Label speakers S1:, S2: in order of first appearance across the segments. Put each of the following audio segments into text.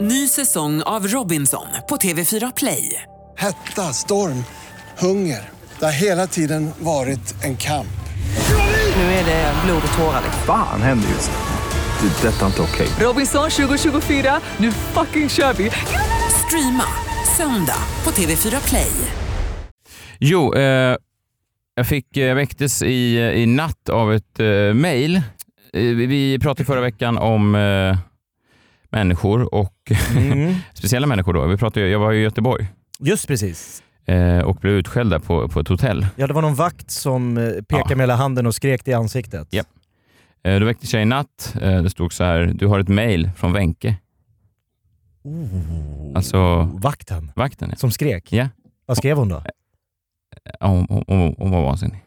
S1: Ny säsong av Robinson på TV4 Play.
S2: Hetta, storm, hunger. Det har hela tiden varit en kamp.
S1: Nu är det blod och tårar. liksom.
S3: Fan händer just nu. Det. är Detta är inte okej.
S1: Robinson 2024, nu fucking kör vi! Streama söndag på TV4 Play.
S4: Jo, eh, jag, fick, eh, jag väcktes i, eh, i natt av ett eh, mejl. Eh, vi- vi pratade förra veckan om eh, människor och speciella människor. Då. Vi pratade, ju- jag var ju i Göteborg
S5: Just precis.
S4: eh, och blev utskälld där på, på ett hotell.
S5: Ja, det var någon vakt som eh, pekade
S4: Ja.
S5: med hela handen och skrek det i ansiktet.
S4: Japp. Eh, då väcktes jag i natt. Eh, det stod så här, du har ett mejl från Wenche. Alltså
S5: Vakten
S4: vakten.
S5: som skrek.
S4: Ja,
S5: Vad skrev hon då?
S4: ja hon, hon, hon, hon var vansinnig.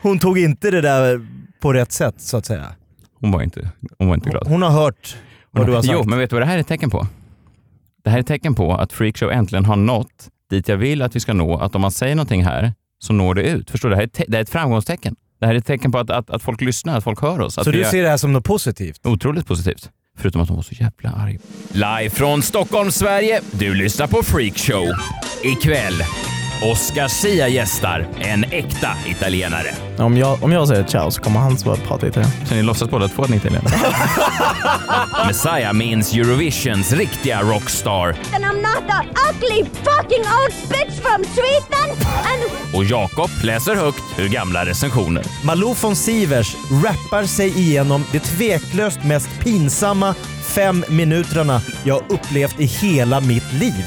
S5: Hon tog inte det där på rätt sätt så att säga.
S4: Hon var inte, hon var inte glad.
S5: Hon har hört vad du har sagt.
S4: Jo, men vet du vad det här är ett tecken på? Det här är ett tecken på att Freakshow äntligen har nått dit jag vill att vi ska nå. Att om man säger någonting här så når det ut. Förstår du? Det här är, ett te- det här är ett framgångstecken. Det här är ett tecken på att, att, att folk lyssnar, att folk hör oss. Att
S5: så
S4: vi är
S5: du ser alltså det här som något positivt?
S4: Otroligt positivt. Förutom att hon var så jävla arg. Live från Stockholm, Sverige. Du lyssnar på Freakshow. Ikväll. Oscar Sia gästar. En äkta italienare.
S6: Om jag, om jag säger ciao så kommer han bara prata italienska.
S4: Så ni låtsas båda två att ni är italienare? Messiah minns Eurovisions riktiga rockstar.
S7: and I'm not that ugly fucking old bitch from Sweden. And
S4: och Jakob läser högt ur gamla recensioner.
S5: Malou von Sivers rappar sig igenom det tveklöst mest pinsamma fem minuterna jag upplevt i hela mitt liv.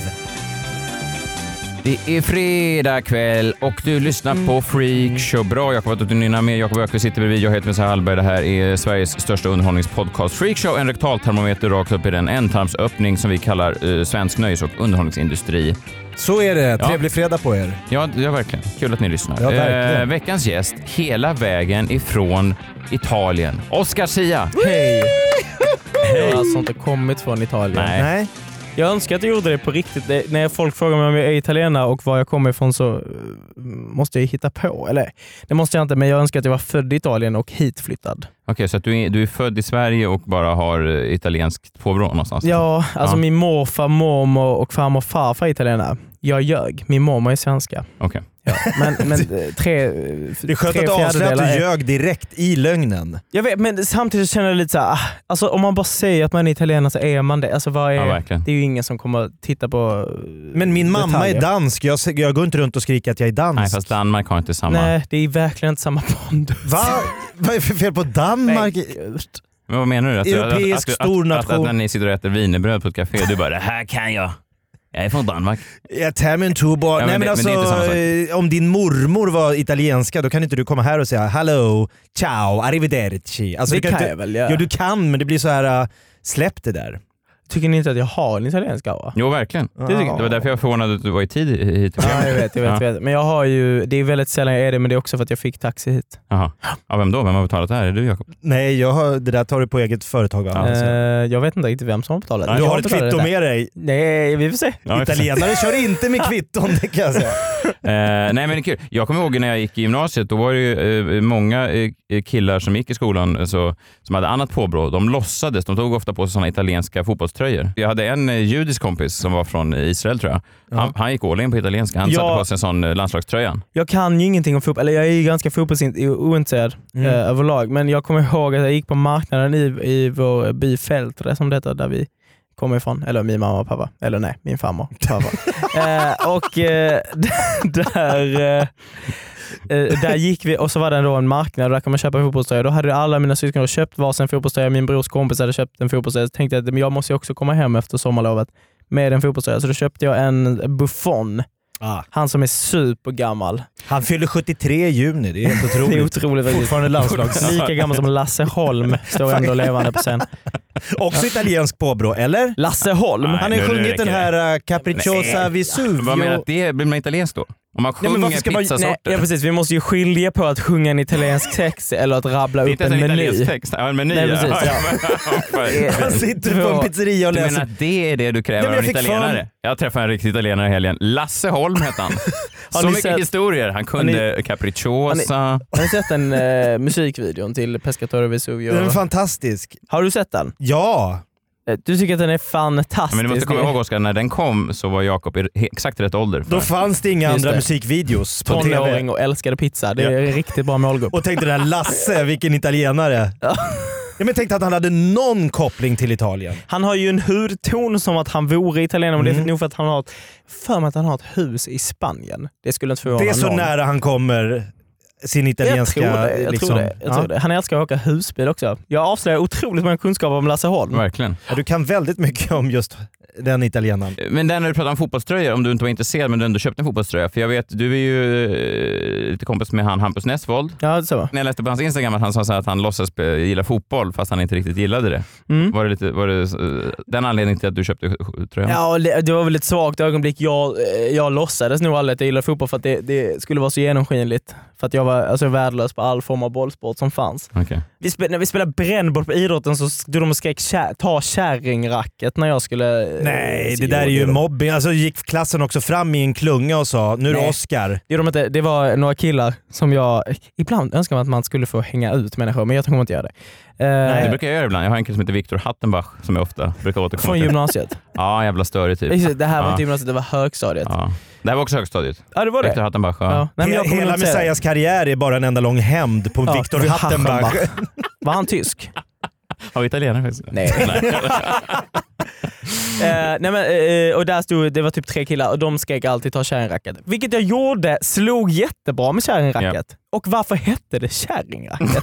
S4: Det är fredag kväll och du lyssnar på Freakshow. Bra Jakob att du nynnar med. Jakob Öqvist sitter bredvid. Jag heter Messiah Hallberg. Det här är Sveriges största underhållningspodcast. Freakshow, en rektaltermometer rakt upp i den ändtarmsöppning som vi kallar eh, svensk nöjes och underhållningsindustri.
S5: Så är det.
S4: Ja.
S5: Trevlig fredag på er.
S4: Ja, ja, verkligen. Kul att ni lyssnar.
S5: Ja, verkligen.
S4: Eh, veckans gäst, hela vägen ifrån Italien. Oscar Sia!
S5: Hej!
S6: Jag har alltså inte kommit från Italien.
S5: Nej.
S6: Jag önskar att jag gjorde det på riktigt. Det, när folk frågar mig om jag är italienare och var jag kommer ifrån så eh, måste jag hitta på. Eller det måste jag inte, men jag önskar att jag var född i Italien och hitflyttad.
S4: Okej, så att du, är, du är född i Sverige och bara har eh, italienskt påbrå någonstans?
S6: Ja, alltså
S4: Ja.
S6: min morfar, mormor och farmor och farfar är italienare. Jag ljög. Min mormor är svenska.
S4: Okej.
S6: Men, men eh, tre,
S5: Det är skönt att du avslöjade att du ljög direkt i lögnen.
S6: Jag vet, men samtidigt så känner jag lite så här, ah, alltså om man bara säger att man är italienare så är man det. Alltså vad är,
S4: Ja, verkligen.
S6: det är ju ingen som kommer att titta på... eh,
S5: Men min mamma
S6: detaljer.
S5: är dansk. Jag, se- jag går inte runt och skriker att jag är dansk.
S4: Nej, fast Danmark har inte samma...
S6: Nej, det är verkligen inte samma pondus.
S5: Va? Vad är det för fel på Danmark?
S6: Nej, gud.
S4: Men vad menar du? Att,
S5: Europeisk
S4: du-
S5: stor
S4: att, att, att,
S5: nation.
S4: när ni sitter och äter wienerbröd på ett café, du bara “det här kan jag”. Jag är från Danmark.
S5: Jag tar min tuba.
S4: men
S5: Nej
S4: det-
S5: men alltså,
S4: men det är inte samma sak.
S5: eh, om din mormor var italienska då kan inte du komma här och säga “Hello, ciao, arrivederci”. Alltså,
S6: det
S5: du
S6: kan
S5: inte-
S6: jag väl göra.
S5: Ja du kan, men det blir så här äh, släpp det där.
S6: Tycker ni inte att jag har en italiensk aura?
S4: Jo, verkligen.
S6: Det tycker jag.
S4: Det var därför jag förvånade att du var i tid hit.
S6: Ja, jag vet, jag vet, jag vet. Men jag har ju, det är väldigt sällan jag är det, men det är också för att jag fick taxi hit.
S4: Jaha. Ja, vem då? Vem har betalat det här? Är det du Jakob?
S5: Nej, jag har, det där tar du på eget företag va?
S4: Ja,
S6: Eh,
S4: så.
S6: jag vet inte riktigt vem som betalade.
S5: du
S6: Jag
S5: har ett
S6: betalade
S5: kvitto
S6: det där.
S5: med dig.
S6: Nej, vi får se.
S4: Ja, vi får se.
S5: Italienare kör inte med kvitton, det kan jag säga.
S4: Eh, nej men det är kul. Jag kommer ihåg när jag gick i gymnasiet, då var det ju eh, många eh, killar som gick i skolan eh, så, som hade annat påbrå. De låtsades, de tog ofta på sig sådana italienska fotbollströjor. Jag hade en eh, judisk kompis som var från Israel tror jag. Han, han gick all in på italienska. Han
S6: Ja.
S4: satte på sig en sån eh, landslagströjan.
S6: Jag kan ju ingenting om fotboll, eller jag är ju ganska fotbollsointresserad mm. överlag, men jag kommer ihåg att jag gick på marknaden i, i vår by Fältre, som det heter, där vi kommer ifrån. Eller min mamma och pappa. Eller nej, min farmor och farfar. eh, och eh, där, eh, eh, där gick vi och så var det då en marknad och där kan man köpa fotbollströjor. Då hade alla mina syskon då köpt varsin fotbollströja. Min brors kompis hade köpt en fotbollströja. Så tänkte jag att men jag måste ju också komma hem efter sommarlovet med en fotbollströja. Så då köpte jag en Buffon.
S5: Ah.
S6: Han som är supergammal.
S5: Han fyller 73 i juni, det är helt
S6: Det är
S5: otroligt.
S6: otroligt. faktiskt.
S5: Fortfarande landslags...
S6: Lika gammal som Lasse Holm står ändå levande på scen.
S5: Också italiensk påbrå, eller?
S6: Lasse Holm?
S4: Nej,
S5: Han har
S4: nu-
S5: ju
S4: nu
S5: sjungit
S4: räcker
S5: den
S4: det.
S5: här äh, Capricciosa
S4: Nej.
S5: Vesuvio.
S4: Vad menar du? Blir man italiensk då? Om man
S6: Nej, men
S4: sjunger
S6: varför ska man, nej,
S4: pizzasorter.
S6: ja, precis, vi måste ju skilja på att sjunga en italiensk text eller att rabbla
S4: det är
S6: upp
S4: inte ens
S6: en
S4: en
S6: meny.
S4: italiensk text. Ja, en meny.
S6: Nej,
S4: ja.
S6: precis,
S4: Ja, ja.
S5: Han sitter på en pizzeria och
S4: Du menar
S5: läser.
S4: att det är det du kräver
S5: Ja, men
S4: av en
S5: jag fick fan-
S4: italienare? Jag träffade en riktig italienare i helgen. Lasse Holm hette han. Så
S6: ni
S4: mycket
S6: sett-
S4: historier. Han kunde capricciosa.
S6: Har du sett den eh, musikvideon till Pescatore Vesuvio?
S5: Den är fantastisk.
S6: Har du sett den?
S5: Ja!
S6: Eh, Du tycker att den är fantastisk?
S4: Men du måste komma ihåg Oskar, när den kom så var Jakob i he- exakt rätt ålder. för
S5: Då
S4: den.
S5: fanns det inga
S6: Just
S5: andra
S6: det.
S5: musikvideos på
S6: Tonåring
S5: TV.
S6: och älskade pizza. Det är en riktigt bra målgrupp.
S5: Och tänkte där Lasse, vilken italienare. Ja, men jag tänkte att han hade någon koppling till Italien.
S6: Han har ju en hudton som att han vore italienare, men det är
S5: Mm.
S6: nog för att han har ett, för mig att han har ett hus i Spanien. Det skulle inte förvåna
S5: Det är så
S6: någon.
S5: nära han kommer sin italienska...
S6: jag tror det. Jag
S5: liksom.
S6: tror det. Jag tror
S5: ja.
S6: det. Han älskar att åka husbil också. Jag avslöjar otroligt många kunskaper om Lasse
S5: Mm.
S6: Holm.
S4: Verkligen.
S5: Ja, du kan väldigt mycket om just den italienaren.
S4: Men där när du pratar om fotbollströjor, om du inte var intresserad men du ändå köpte en fotbollströja. För jag vet, du är ju eh, lite kompis med han Hampus Nessvold.
S6: Ja, så.
S4: När jag läste på hans Instagram att han sa så här att han låtsas eh, gilla fotboll fast han inte riktigt gillade det.
S6: Mm.
S4: Var det, lite, var det eh, den anledningen till att du köpte eh, tröjan?
S6: Ja, och det det var väl ett svagt ögonblick. Jag, eh, jag låtsades nog aldrig att jag gillade fotboll för att det, det skulle vara så genomskinligt. För att jag var alltså, värdelös på all form av bollsport som fanns.
S4: Okej.
S6: Vi spe, när vi spelade brännboll på idrotten så stod de och skrek "Kä- ta kärringracket när jag skulle... eh,
S5: Nej, det
S6: se-
S5: där är ju mobbing. Alltså gick klassen också fram i en klunga och sa nu är det
S6: Nej.
S5: Oscar.
S6: Det gjorde de inte. Det var några killar som jag... Ibland önskar man att man skulle få hänga ut människor, men jag kommer inte göra det. Eh,
S4: Det brukar jag göra ibland. Jag har en kille som heter Viktor Hattenbach som jag ofta brukar återkomma
S6: från
S4: till.
S6: gymnasiet.
S4: Ja, jävla störig typ.
S6: Just det, Det här var
S4: Ja.
S6: inte gymnasiet, det var högstadiet. Ja,
S4: Ja. Det här var också högstadiet.
S6: det var det.
S4: Viktor Hattenbach. Ja.
S6: Ja. Nej, men jag
S5: He-
S6: kommer
S5: Hela
S6: inte säga det.
S5: Messias karriär är bara en enda lång hämnd på
S6: Ja,
S5: Viktor
S6: för
S5: Hattenbach.
S6: Var han tysk?
S4: Har vi italienare faktiskt?
S6: Nej. Eh, nej men, eh, och där stod, det var typ tre killar och de skrek alltid ta kärringracket. Vilket jag gjorde, slog jättebra med kärringracket. Och varför hette det kärringracket?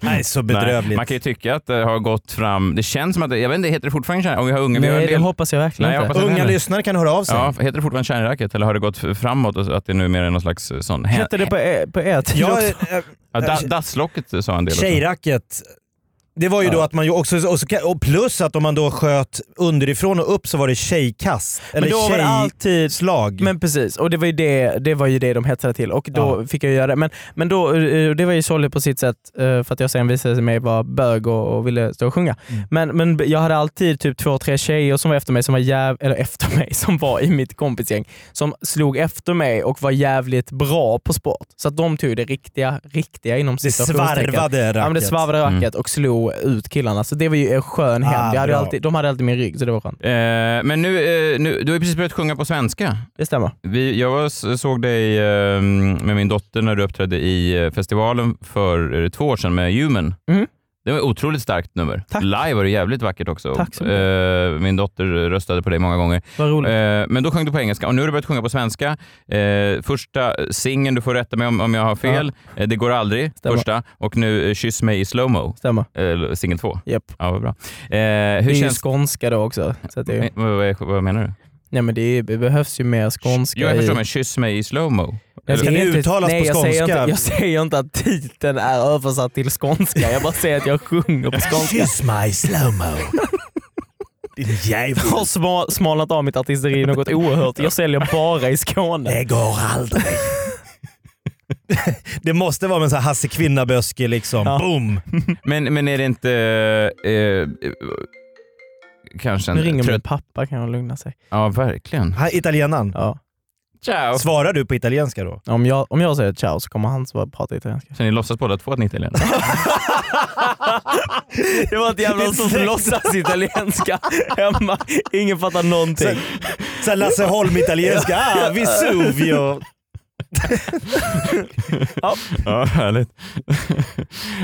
S5: Nej, så
S4: Nej,
S5: bedrövligt.
S4: Man kan ju tycka att det har gått fram. Det känns som att, det- jag vet inte, heter det fortfarande kärn? Om vi har unga, vi har en
S6: nej, det
S4: del.
S6: hoppas jag verkligen
S4: Nej, jag
S6: inte.
S4: hoppas-
S5: Unga lyssnare kan höra av sig.
S4: Ja, heter det fortfarande kärnracket eller har det gått f- framåt och så att det numera är någon slags eh, sån...
S6: Hette det på er, på er tid
S5: Jag,
S6: också?
S5: eh,
S4: ja, da, dasslocket sa en del också.
S5: Tjejracket. Det var ju då att man ju också, och så kan- och plus att om man då sköt underifrån och upp så var det tjejkast. Eller
S6: men då var det alltid
S5: tjejslag.
S6: Men precis, och det var ju det, det, var ju det de hetsade till och då
S5: Ja.
S6: fick jag göra det. Men, men då, eh, det var ju sorgligt på sitt sätt eh, för att jag sen visade mig vara bög och, och ville stå och sjunga.
S5: Mm.
S6: Men, men jag hade alltid typ två, tre tjejer som var efter mig, som var jäv, eller efter mig, som var i mitt kompisgäng, som slog efter mig och var jävligt bra på sport. Så att de tog det riktiga, riktiga inom
S5: det
S6: citationstecken.
S5: svarvade racket.
S6: Ja, men det svarvade racket och slog ut killarna. Så det var ju en skön
S5: Ah,
S6: hämnd. Jag hade
S5: bra.
S6: alltid, de hade alltid min rygg, så det var skönt.
S4: Eh, men nu, eh, nu, du har ju precis börjat sjunga på svenska.
S6: Det stämmer.
S4: Vi, jag var, s- såg dig eh, med min dotter när du uppträdde i eh, festivalen för eh, två år sedan med Human.
S6: Mhm.
S4: Det var ett otroligt starkt nummer.
S6: Tack.
S4: Live var det jävligt vackert också.
S6: Tack så mycket.
S4: eh, min dotter röstade på dig många gånger.
S6: Vad roligt.
S4: Eh, men då sjöng du på engelska och nu har du börjat sjunga på svenska. Eh, första singeln, du får rätta mig om, om jag har fel, eh, Det går aldrig,
S6: Stämmer.
S4: första. Och nu eh, Kyss mig i slowmo,
S6: Stämmer.
S4: eh, singel två.
S6: Japp.
S4: Ja, vad bra. Eh, hur
S6: det är
S4: känns...
S6: ju skånska då också. Så att det,
S4: Eh, vad, vad, vad menar du?
S6: nej men det, är, det behövs ju mer skånska.
S4: Jo, jag förstår,
S6: i-
S4: men Kyss mig i slowmo?
S6: Jag
S5: Ska
S6: vet
S5: det
S6: inte-
S5: uttalas
S6: nej,
S5: på
S6: jag Säger
S5: skånska?
S6: inte, jag säger inte att titeln är översatt till skånska. Jag bara säger att jag sjunger på skånska.
S5: Kyss my slowmo. Din jävel.
S6: Jag har sma- smalnat av mitt artisteri något oerhört. Jag säljer bara i Skåne.
S5: Det går aldrig. det måste vara med en sån här Hasse Kvinnaböske liksom.
S6: Ja.
S5: Boom!
S4: Men, men är det inte eh, eh, kanske
S6: Nu
S4: en
S6: ringer min
S4: trött...
S6: pappa kan han lugna sig.
S4: Ja, verkligen.
S5: Ha, Italienaren.
S6: Ja.
S4: Ciao!
S5: Svarar du på italienska då?
S6: Om, jag, om jag säger ciao så kommer han svara- prata italienska.
S4: Så ni låtsas båda två att ni är italienare?
S6: Det var ett jävla
S5: sorts
S6: låtsas italienska hemma. Ingen fattar någonting.
S5: Såhär Lasse Holm-italienska. Ah, Vesuvio.
S4: ja, härligt.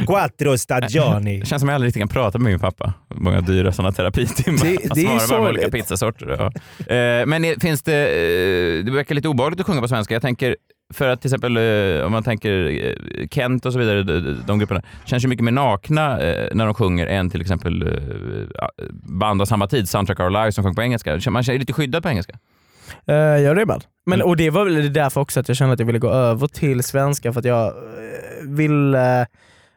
S5: Quattro stagioni.
S4: Det känns som jag aldrig riktigt kan prata med min pappa. Många dyra sådana terapitimmar.
S6: Det- det är ju
S4: Han svarar bara med
S6: sorgligt.
S4: olika pizzasorter. Ja. Eh, men är- finns det... Eh, det verkar lite obehagligt att sjunga på svenska. Jag tänker, för att till exempel eh, om man tänker eh, Kent och så vidare, de, de- de grupperna, känns ju mycket mer nakna eh, när de sjunger än till exempel eh, band av samma tid, Soundtrack Our Lives, som sjöng på engelska. Man känner lite skyddad på engelska.
S6: Uh, ja det är Mm. man. Men, och det var väl därför också att jag kände att jag ville gå över till svenska för att jag eh, ville...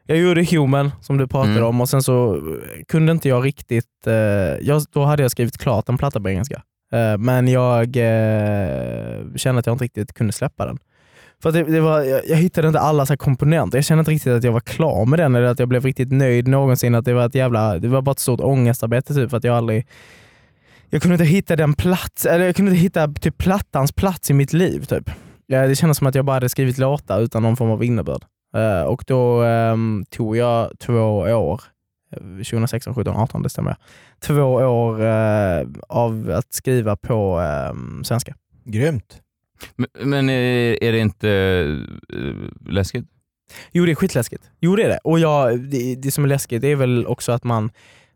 S6: jag gjorde Human som du pratade
S4: Mm.
S6: om och sen så eh, kunde inte jag riktigt... eh, jag, då hade jag skrivit klart en platta på engelska. Eh, men jag eh, kände att jag inte riktigt kunde släppa den. För att det, det var, jag, jag hittade inte alla så här komponenter. Jag kände inte riktigt att jag var klar med den eller att jag blev riktigt nöjd någonsin. Att det, var ett jävla, det var bara ett stort ångestarbete typ, för att jag aldrig... Jag kunde inte hitta den plats, eller jag kunde inte hitta typ plattans plats i mitt liv. Typ. Ja, Det kändes som att jag bara hade skrivit låtar utan någon form av innebörd. Eh, Och då ehm, tog jag två år, eh, 2016, 17, 18 det stämmer. Två år eh, av att skriva på ehm, svenska.
S5: Grymt.
S4: Men, men är, är det inte eh, läskigt?
S6: Jo det är skitläskigt. Jo det är det. Och jag, det, det som är läskigt det är väl också att man,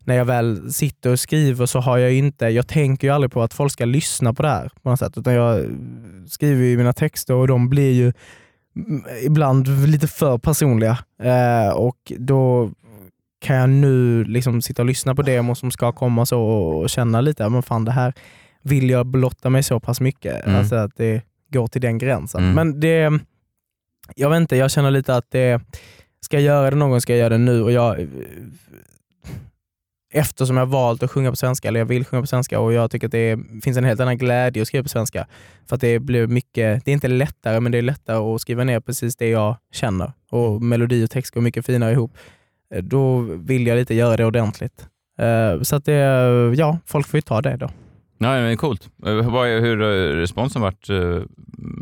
S6: när jag väl sitter och skriver så har jag ju inte, jag tänker ju aldrig på att folk ska lyssna på det här på något sätt. Utan jag skriver ju mina texter och de blir ju mm, ibland lite för personliga. Eh, och då kan jag nu liksom sitta och lyssna på demos som ska komma så och känna lite, men fan det här vill jag blotta mig så pass mycket.
S4: Mm.
S6: Alltså att det går till den gränsen.
S4: Mm.
S6: Men det, jag vet inte, jag känner lite att det, ska jag göra det någon gång ska jag göra det nu. Och jag, eftersom jag valt att sjunga på svenska, eller jag vill sjunga på svenska och jag tycker att det är, finns en helt annan glädje att skriva på svenska. För att det blir mycket, det är inte lättare, men det är lättare att skriva ner precis det jag känner. Och melodi och text går mycket finare ihop. Eh, Då vill jag lite göra det ordentligt. Eh, Så att det, ja, folk får ju ta det då.
S4: Nej, men coolt. Eh, vad är- Hur har responsen varit? eh,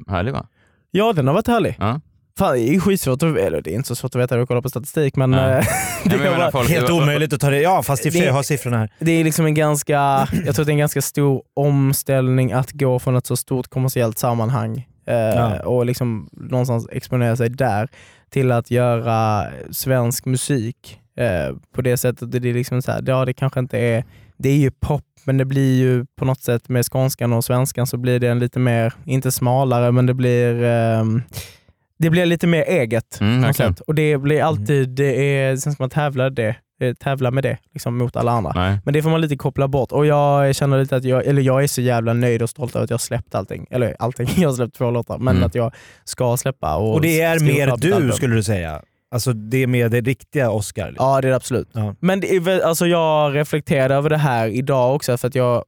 S4: Härlig va?
S6: Ja, den har varit härlig.
S4: Ja.
S6: Fan, det är ju skitsvårt, att, eller det är inte så svårt att veta när du kollar på statistik, men
S4: Nej.
S6: eh,
S4: Nej, men jag
S6: har
S4: menar,
S6: varit
S4: folk-
S5: Helt omöjligt att ta det. Ja, fast i och för sig,
S6: Det-
S5: jag har siffrorna här.
S6: det är liksom en ganska, jag tror att det är en ganska stor omställning att gå från ett så stort kommersiellt sammanhang eh,
S5: Ja.
S6: och liksom någonstans exponera sig där till att göra svensk musik eh, på det sättet. Det är liksom så här, ja det kanske inte är, det är ju pop men det blir ju på något sätt med skånskan och svenskan så blir det en lite mer, inte smalare men det blir ehm, det blir lite mer eget.
S4: Mm,
S6: på något
S4: verkligen. Mm.
S6: sätt. Och det blir alltid, det är, sen ska man tävla, det, eh, tävla med det liksom mot alla andra.
S5: Mm.
S4: Nej.
S6: Men det får man lite koppla bort. Och jag känner lite att jag, eller jag är så jävla nöjd och stolt över att jag har släppt allting. Eller allting, jag har släppt två låtar, men
S4: Mm.
S6: att jag ska släppa. Och,
S5: Och det är
S6: skriva
S5: mer
S6: klart ett
S5: du
S6: album.
S5: skulle du säga? Alltså det är mer det riktiga Oscar? liksom.
S6: Ja det är det absolut.
S5: Ja.
S6: Men det är väl, alltså jag reflekterar över det här idag också för att jag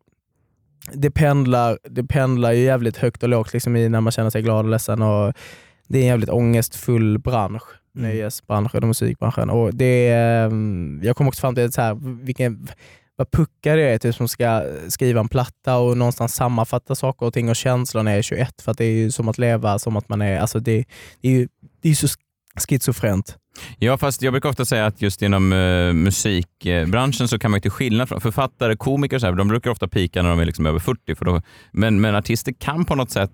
S6: det pendlar, det pendlar ju jävligt högt och lågt liksom i när man känner sig glad och ledsen. Och det är en jävligt ångestfull bransch.
S5: Mm.
S6: Nöjesbranschen och musikbranschen. Och det är, ehm, jag kom också fram till att så här, vilken, vad puckar det är typ, som ska skriva en platta och någonstans sammanfatta saker och ting och känslor när jag är 21. För att det är ju som att leva som att man är... Alltså det, det är ju det är ju så schizofrent.
S4: Ja, fast jag brukar ofta säga att just inom eh, musikbranschen så kan man ju till skillnad från författare, komiker och så här, de brukar ofta pika när de är liksom över 40. För då, men, men artister kan på något sätt,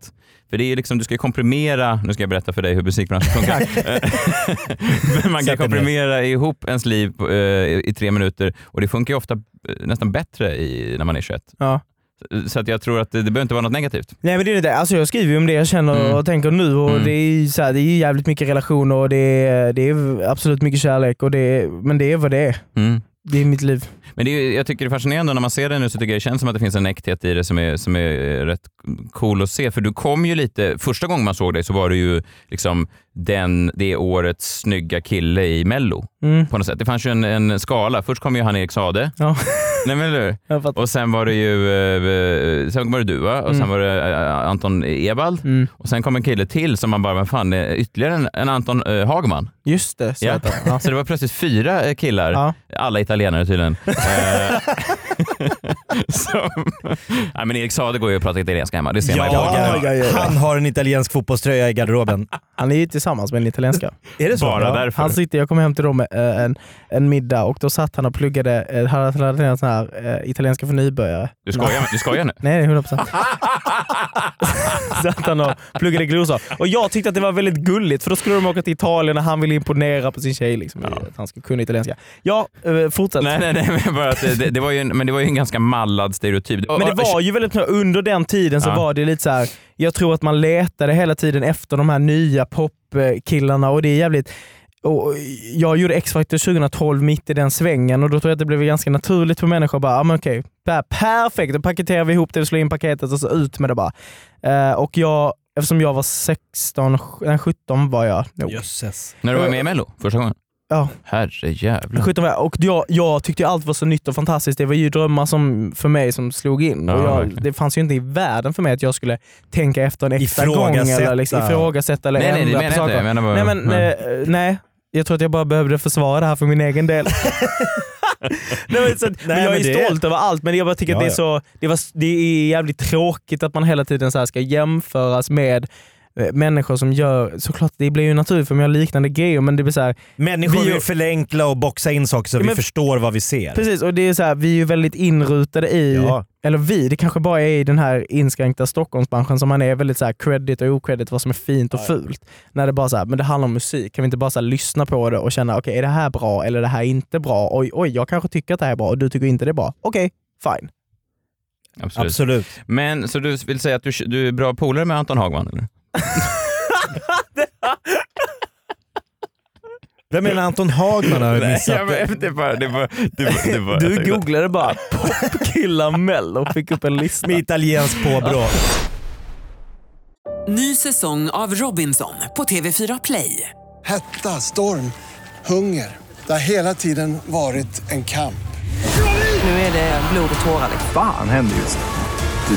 S4: för det är ju liksom, du ska ju komprimera, nu ska jag berätta för dig hur musikbranschen funkar. men man kan
S5: Sätt dig ner.
S4: komprimera ihop ens liv på, eh, i tre minuter och det funkar ju ofta eh, nästan bättre i, när man är 21.
S6: Ja.
S4: Så att jag tror att det, det behöver inte vara något negativt.
S6: Nej men det är det. Alltså jag skriver ju om det jag känner
S4: Mm.
S6: och tänker nu och
S4: Mm.
S6: det är ju så här, det är ju jävligt mycket relationer och det är, det är absolut mycket kärlek och det är, men det är vad det är.
S4: Mm.
S6: Det är mitt liv.
S4: Men det är, ju- jag tycker det är fascinerande och när man ser det nu så tycker jag det känns som att det finns en äkthet i det som är, som är eh, rätt cool att se. För du kom ju lite, första gången man såg dig så var du ju liksom den, det årets snygga kille i Mello
S6: Mm.
S4: på något sätt. Det fanns ju en, en skala. Först kom ju han Erik Sade.
S6: Ja.
S4: Nej, men eller hur?
S6: Jag fattar.
S4: Och sen var det ju eh, eh, sen var det du va? och sen
S6: Mm.
S4: var det eh, Anton Ewald
S6: Mm.
S4: och sen kom en kille till som man bara, men fan, eh, ytterligare en, en Anton eh, Hagman.
S6: Just det, så
S4: Ja.
S6: heter det. Ja.
S4: Så det var plötsligt fyra eh, killar
S6: Ja.
S4: alla italienare tydligen. Eh, som, nej, men Erik Sade går ju och pratar italienska hemma, det ser man ju på honom.
S6: ja, ja.
S5: Han har en italiensk fotbollströja i garderoben.
S6: Han är ju tillsammans med en italienska.
S5: Är det så?
S4: Bara
S5: Ja.
S4: därför.
S6: Han sitter, jag kom hem till dem eh, en, en middag och då satt han och pluggade, eh, han hade lärt sig en sån här eh, italienska för nybörjare.
S4: Du skojar, du skojar nu?
S6: Nej, 100 procent. Satt han och pluggade glosor. Och jag tyckte att det var väldigt gulligt för då skulle de åka till Italien och han ville imponera på sin tjej. Liksom, Att han skulle kunna italienska. Ja, eh, fortsätt.
S4: Nej, nej, nej men, bara att det, det, det var ju en, men det var ju en ganska mallad stereotyp.
S6: Men det var ju väldigt under den tiden så
S4: Ja.
S6: var det lite så här. jag tror att man letade hela tiden efter de här nya popkillarna och det är jävligt och jag gjorde X-Factor 2012 mitt i den svängen och då tror jag att det blev ganska naturligt för människor. Bara, ah, men okej, det här, perfekt, då paketerar vi ihop det, vi slår in paketet och så ut med det bara. Eh, och jag, eftersom jag var 16, nej, 17 var jag nog.
S5: Jösses.
S4: När du var med i Mello första gången?
S6: Ja.
S4: Herrejävlar.
S6: 17 var jag. Och jag, jag tyckte ju allt var så nytt och fantastiskt. Det var ju drömmar som, för mig som slog in.
S4: Ja,
S6: och jag,
S4: verkligen.
S6: det fanns ju inte i världen för mig att jag skulle tänka efter en extra gång.
S5: Ifrågasätta.
S6: Eller liksom, ifrågasätta eller
S4: Nej, nej, det
S6: ändra
S4: menar
S6: på
S4: jag inte. Jag
S6: saker.
S4: menar bara,
S6: Nej, men,
S4: nej.
S6: eh, nej, jag tror att jag bara behövde försvara det här för min egen del. nej, men, så, att- men
S5: Nej,
S6: jag
S5: men
S6: är
S5: det-
S6: stolt över allt, men jag bara tycker att
S5: Ja,
S6: det är
S5: ja.
S6: så det, var, det är jävligt tråkigt att man hela tiden så här ska jämföras med eh, människor som gör, såklart det blir ju naturligt för mig att göra liknande grejer, men det blir så här,
S5: Människor
S6: Vi-
S5: vill förenkla och boxa in saker så
S6: Ja,
S5: vi
S6: men-
S5: förstår vad vi ser.
S6: Precis, och det är så här, vi är ju väldigt inrutade i,
S5: Ja.
S6: eller vi, det kanske bara är i den här inskränkta Stockholmsbranschen som man är väldigt så här credit och ocredit, vad som är fint och fult. När det bara så här, men det handlar om musik, kan vi inte bara så här lyssna på det och känna, okej är det här bra eller är det här inte bra? Oj, oj, jag kanske tycker att det här är bra och du tycker inte det är bra. Okej, fine.
S4: Absolut.
S5: Absolut.
S4: Men så du vill säga att du, du är bra polare med Anton Hagman? Eller?
S5: Vem är det Anton Hagman har missat?
S4: men, det var, det var, det var, det var,
S6: Du googlade bara popkillar mello och fick upp en lista.
S5: Med italiensk påbrå.
S1: Ny säsong av Robinson på TV4 Play.
S2: Hetta, storm, hunger. Det har hela tiden varit en kamp.
S1: Nu är det blod och tårar.
S3: Fan händer just nu.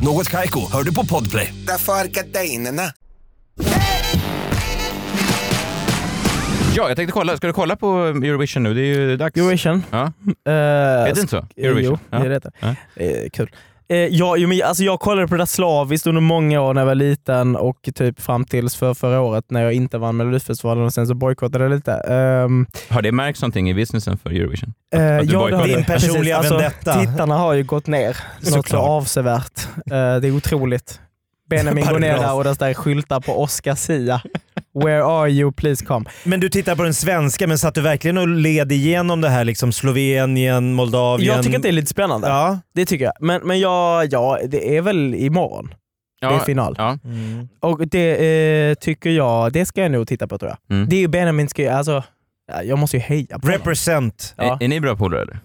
S8: Något Kaiko, hör du på Podplay.
S9: Därför arkadeinerna.
S4: Ja, jag tänkte kolla. Ska du kolla på Eurovision nu? Det är ju dags.
S6: Eurovision.
S4: Ja.
S6: Eh,
S4: Är det inte så?
S6: Jo,
S4: Eurovision?
S6: det är
S4: Ja.
S6: det heter. Eh, kul. Eh, ja, jo, men, alltså, jag kollade på det där slaviskt under många år när jag var liten och typ fram tills för förra året när jag inte vann Melodifestivalen och sen så bojkottade jag lite. Ehm,
S4: Har det märkts någonting i businessen för Eurovision?
S6: eh,
S4: du
S6: det har
S4: bojkottade?
S6: jag.
S5: Din personliga
S6: Precis,
S5: vendetta.
S6: Tittarna har ju gått ner något så
S5: Såklart.
S6: avsevärt. Eh, det är otroligt. Benjamin går ner
S5: Paragraf.
S6: där och där står det skyltar på Oscar Sia. Where are you? Please come.
S5: Men du tittar på den svenska, men satt du verkligen och led igenom det här? Liksom Slovenien, Moldavien?
S6: Jag tycker att det är lite spännande.
S5: Ja.
S6: Det tycker jag. Men, men ja, ja, det är väl imorgon det är final.
S4: Ja.
S6: Och det eh, tycker jag, det ska jag nog titta på tror jag.
S4: Mm.
S6: Det är ju Benjamin, ska ju, alltså, ja, jag måste ju heja på honom.
S5: Represent.
S6: Ja.
S4: Är, är ni bra polare? eller?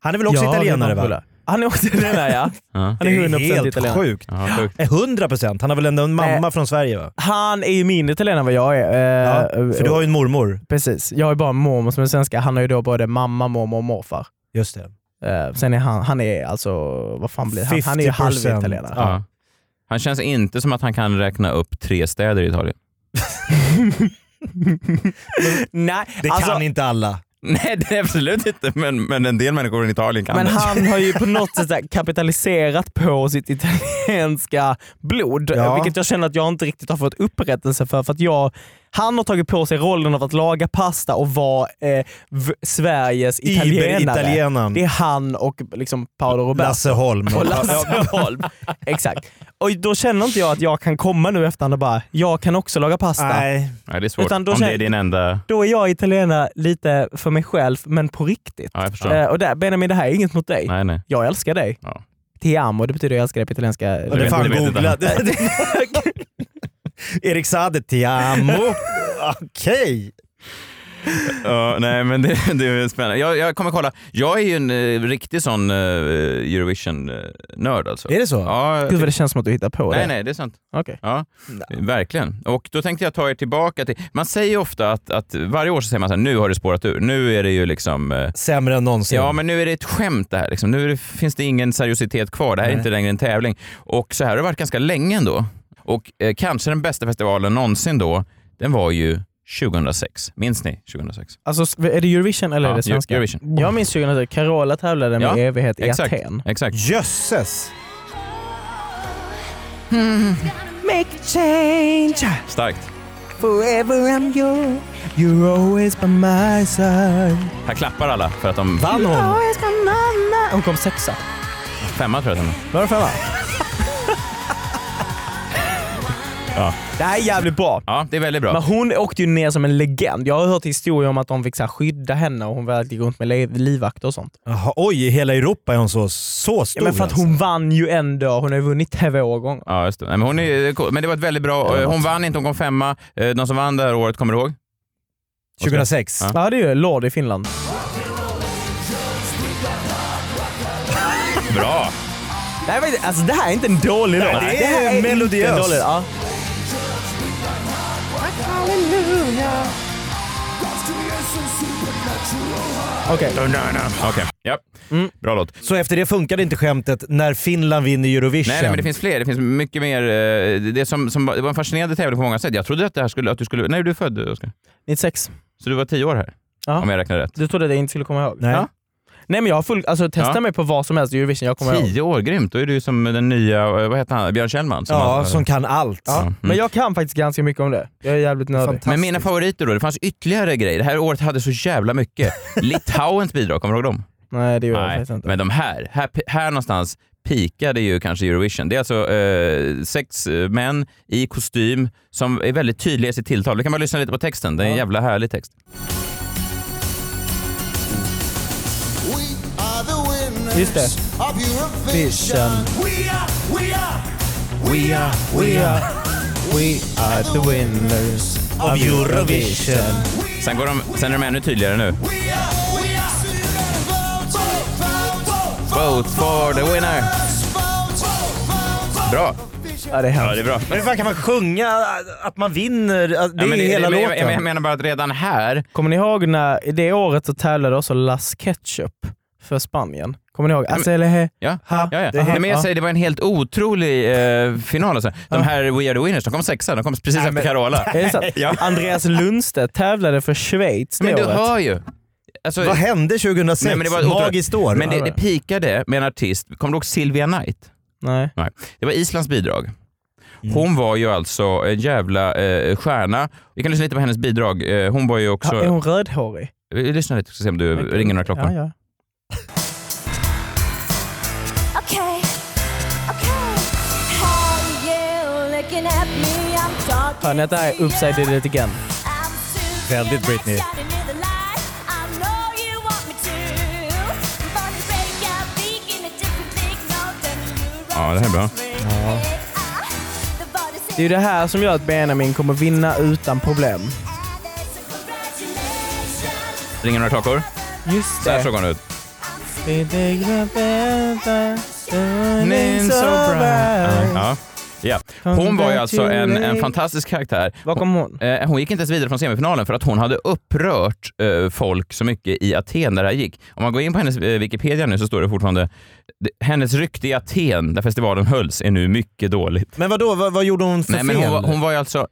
S5: Han är väl också
S6: Ja, det är
S5: italienare
S6: han
S5: va?
S6: Bulla. Han är också italienare ja.
S4: Ja.
S6: Han är 100% italienare.
S5: sjukt.
S4: Ja, sjukt.
S5: Eh, 100%? Han har väl ändå en mamma
S6: Nej.
S5: från Sverige va?
S6: Han är ju mindre italienare än vad jag är. Eh,
S5: Ja, för du har ju en mormor.
S6: Precis, jag är bara mormor som är svenska. Han har ju då både mamma, mormor och morfar.
S5: Just det.
S6: Eh, sen är han, han är alltså, vad fan blir han? Han är ju
S5: 50%.
S6: halvitalienare.
S5: Ja.
S4: Ja. Han känns inte som att han kan räkna upp tre städer i Italien.
S6: Nej,
S5: Det
S6: alltså,
S5: kan inte alla.
S4: Nej, det är absolut inte, men, men en del människor i Italien kan
S6: Men
S4: det.
S6: han har ju på något sätt så här kapitaliserat på sitt italienska blod,
S5: Ja.
S6: vilket jag känner att jag inte riktigt har fått upprättelse för. för att jag, han har tagit på sig rollen av att laga pasta och vara eh, v- Sveriges italienare.
S5: Iber-italienaren.
S6: Det är han och liksom Paolo Roberto.
S5: Lasse Holm.
S6: Och Lasse Holm. Exakt. Och då känner inte jag att jag kan komma nu efterhand och bara, jag kan också laga pasta.
S5: Nej.
S4: Nej, det är svårt.
S6: Utan då
S4: Om det
S6: känner-
S4: är din enda...
S6: Då är jag italienare lite för mig själv, men på riktigt.
S4: Ja, jag förstår.
S6: Eh, och där, Benjamin, det här är inget mot dig.
S4: Nej, nej.
S6: Jag älskar dig.
S4: Ja.
S6: Ti amo, det betyder jag älskar dig på italienska.
S5: Ja, det
S4: vet-
S5: fan
S4: det vet inte
S5: googla. Erik Saade, ti amo. liksom- Okej.
S4: Ja, nej, men det, det är spännande. Jag, jag kommer kolla. Jag är ju en eh, riktig sån eh, Eurovision-nörd alltså.
S5: Är det så?
S4: Ja,
S6: Gud vad det känns som att du hittar på
S4: nej,
S6: det.
S4: nej, det är sant.
S6: Okej.
S4: Ja, verkligen. Och då tänkte jag ta er tillbaka till... Man säger ju ofta att, att varje år så säger man så här, nu har det spårat ur. Nu är det ju liksom... eh,
S5: Sämre än någonsin.
S4: Ja, men nu är det ett skämt det här. Liksom. Nu är det, finns det ingen seriositet kvar. Det här är inte längre en tävling. Och så här har det varit ganska länge ändå. Och eh, kanske den bästa festivalen någonsin då, den var ju 2006. Minns ni 2006?
S6: Alltså, är det Eurovision eller
S4: Ja,
S6: är det svenska?
S4: Eurovision.
S6: Jag minns 2003, Carola tävlade med
S4: Ja,
S6: evighet i
S4: Exakt.
S6: Aten.
S4: Exakt.
S5: Jösses!
S6: Make change,
S4: Starkt.
S6: forever I'm yours. You're always by my side.
S4: Här klappar alla för att de...
S5: Vann hon?
S6: Always by my side. Hon kom sexa.
S4: Femma tror jag att de
S6: Var det femma?
S4: Ja.
S6: Det här är jävligt bra.
S4: ja, det är väldigt bra.
S6: Men hon åkte ju ner som en legend. Jag har hört historier om att de fick så här, skydda henne och hon väl gick runt med le- livvakter och sånt.
S5: Jaha, oj, i hela Europa är hon så, så stor.
S6: Ja, men för att hon vann ju en dag. Hon har ju vunnit två gånger.
S4: Ja, just det. Nej, men, hon är, men det var ett väldigt bra... eh, Hon vann inte, hon kom femma. Eh, De som vann det här året, kommer du ihåg?
S5: alltså. 2006.
S4: Ja.
S6: Ja, det är ju Lord i Finland.
S4: Bra!
S6: Nej, men, alltså, det här är inte en dålig låt.
S5: det är
S6: här inte en
S5: melodiöst.
S6: dålig- Ja. Okej.
S4: Okej, ja.
S5: Mm.
S4: Bra låt.
S5: alltså. Så efter det funkade inte skämtet när Finland vinner Eurovision.
S4: Nej, nej, men det finns fler. Det finns mycket mer. eh, Det, som, som, det var en fascinerande tävling på många sätt. Jag trodde att, det här skulle, att du skulle... När är du född, Oskar?
S6: 96.
S4: Så du var tio år här?
S6: Ja.
S4: Om jag räknar rätt.
S6: Du trodde det inte skulle komma ihåg?
S5: Nej.
S6: Ja. Nej men jag har full, alltså testa
S4: Ja.
S6: mig på vad som helst i Eurovision, jag kommer ihåg.
S4: Tio år, grymt. Då är du som den nya, eh, vad heter han, Björn Kjellman.
S5: Ja,
S4: har-
S5: som kan allt.
S4: Ja. Mm.
S6: Men jag kan faktiskt ganska mycket om det. Jag är jävligt nördig.
S5: Fantastiskt.
S4: Men mina favoriter då, det fanns ytterligare grejer. Det här året hade så jävla mycket. Litauens bidrag, kommer du ihåg dem?
S6: Nej det gör jag
S4: Nej,
S6: faktiskt inte.
S4: men de här, här, här någonstans pikade ju kanske Eurovision. Det är alltså eh, sex eh, män i kostym som är väldigt tydliga i sitt tilltal. Du kan bara lyssna lite på texten, det är en jävla härlig text.
S6: Just det. Vision. We are, we are, we are the winners of
S5: Alltså,
S6: Eurovision.
S4: Sen, går de, sen är de ännu tydligare nu. Vote for the winner! Bra!
S6: Ja det är
S4: Ja, det
S6: hemskt.
S4: är bra.
S5: Men hur fan kan man sjunga att man vinner? Alltså, Det är
S4: Ja, men
S5: ju
S4: det-
S5: hela
S4: men jag-
S5: låten.
S4: Jag, jag menar bara att redan här,
S6: Kommer ni ihåg när, i det året så tävlade också Las Ketchup för Spanien? Kommer ni ihåg? Alltså, eller he-
S4: ja,
S6: Ha,
S4: ja, ja.
S6: det är helt-
S4: Nej, men jag
S6: ja.
S4: säger, det var en helt otrolig eh, final. Alltså. De här We Are The Winners, de kom sexa, de kom precis efter Carola.
S6: Är det sant? Andreas Lundstedt tävlade för Schweiz det
S4: Men du
S6: året.
S4: hör ju! Alltså,
S5: Vad hände 2006?
S4: Nej, men det var ett otroligt-
S5: Magiskt år.
S4: Men det, det pikade med en artist, kommer du ihåg Silvia Knight?
S6: Nej.
S4: Nej. Det var Islands bidrag. Hon var ju alltså en jävla eh, stjärna. Vi kan lyssna lite på hennes bidrag. Eh, hon var ju också...
S6: Ha, är hon rödhårig?
S4: Vi lyssnar lite och se om du ringer några klockor.
S6: Ja, ja.
S7: Okay, okay. How you looking at me? I'm talking
S6: Hör ni att det här är Upside Did It Again?
S5: Väldigt Britney.
S4: Ja, det här är bra.
S7: Ah,
S6: Det är ju det här som gör att Benjamin kommer vinna utan problem.
S4: Ringer några klockor?
S6: Just
S4: Så här såg hon ut. Ja. Ja. Hon var ju alltså en, en fantastisk karaktär.
S6: Vad kom hon?
S4: Eh, Hon gick inte ens vidare från semifinalen för att hon hade upprört eh, folk så mycket i Aten när det här gick. Om man går in på hennes eh, Wikipedia nu så står det fortfarande "Det- hennes rykte i Aten där festivalen hölls är nu mycket dåligt.
S5: Men vadå, vad, vad gjorde hon för
S4: Nej,
S5: fel?
S4: men hon, var- hon var ju alltså...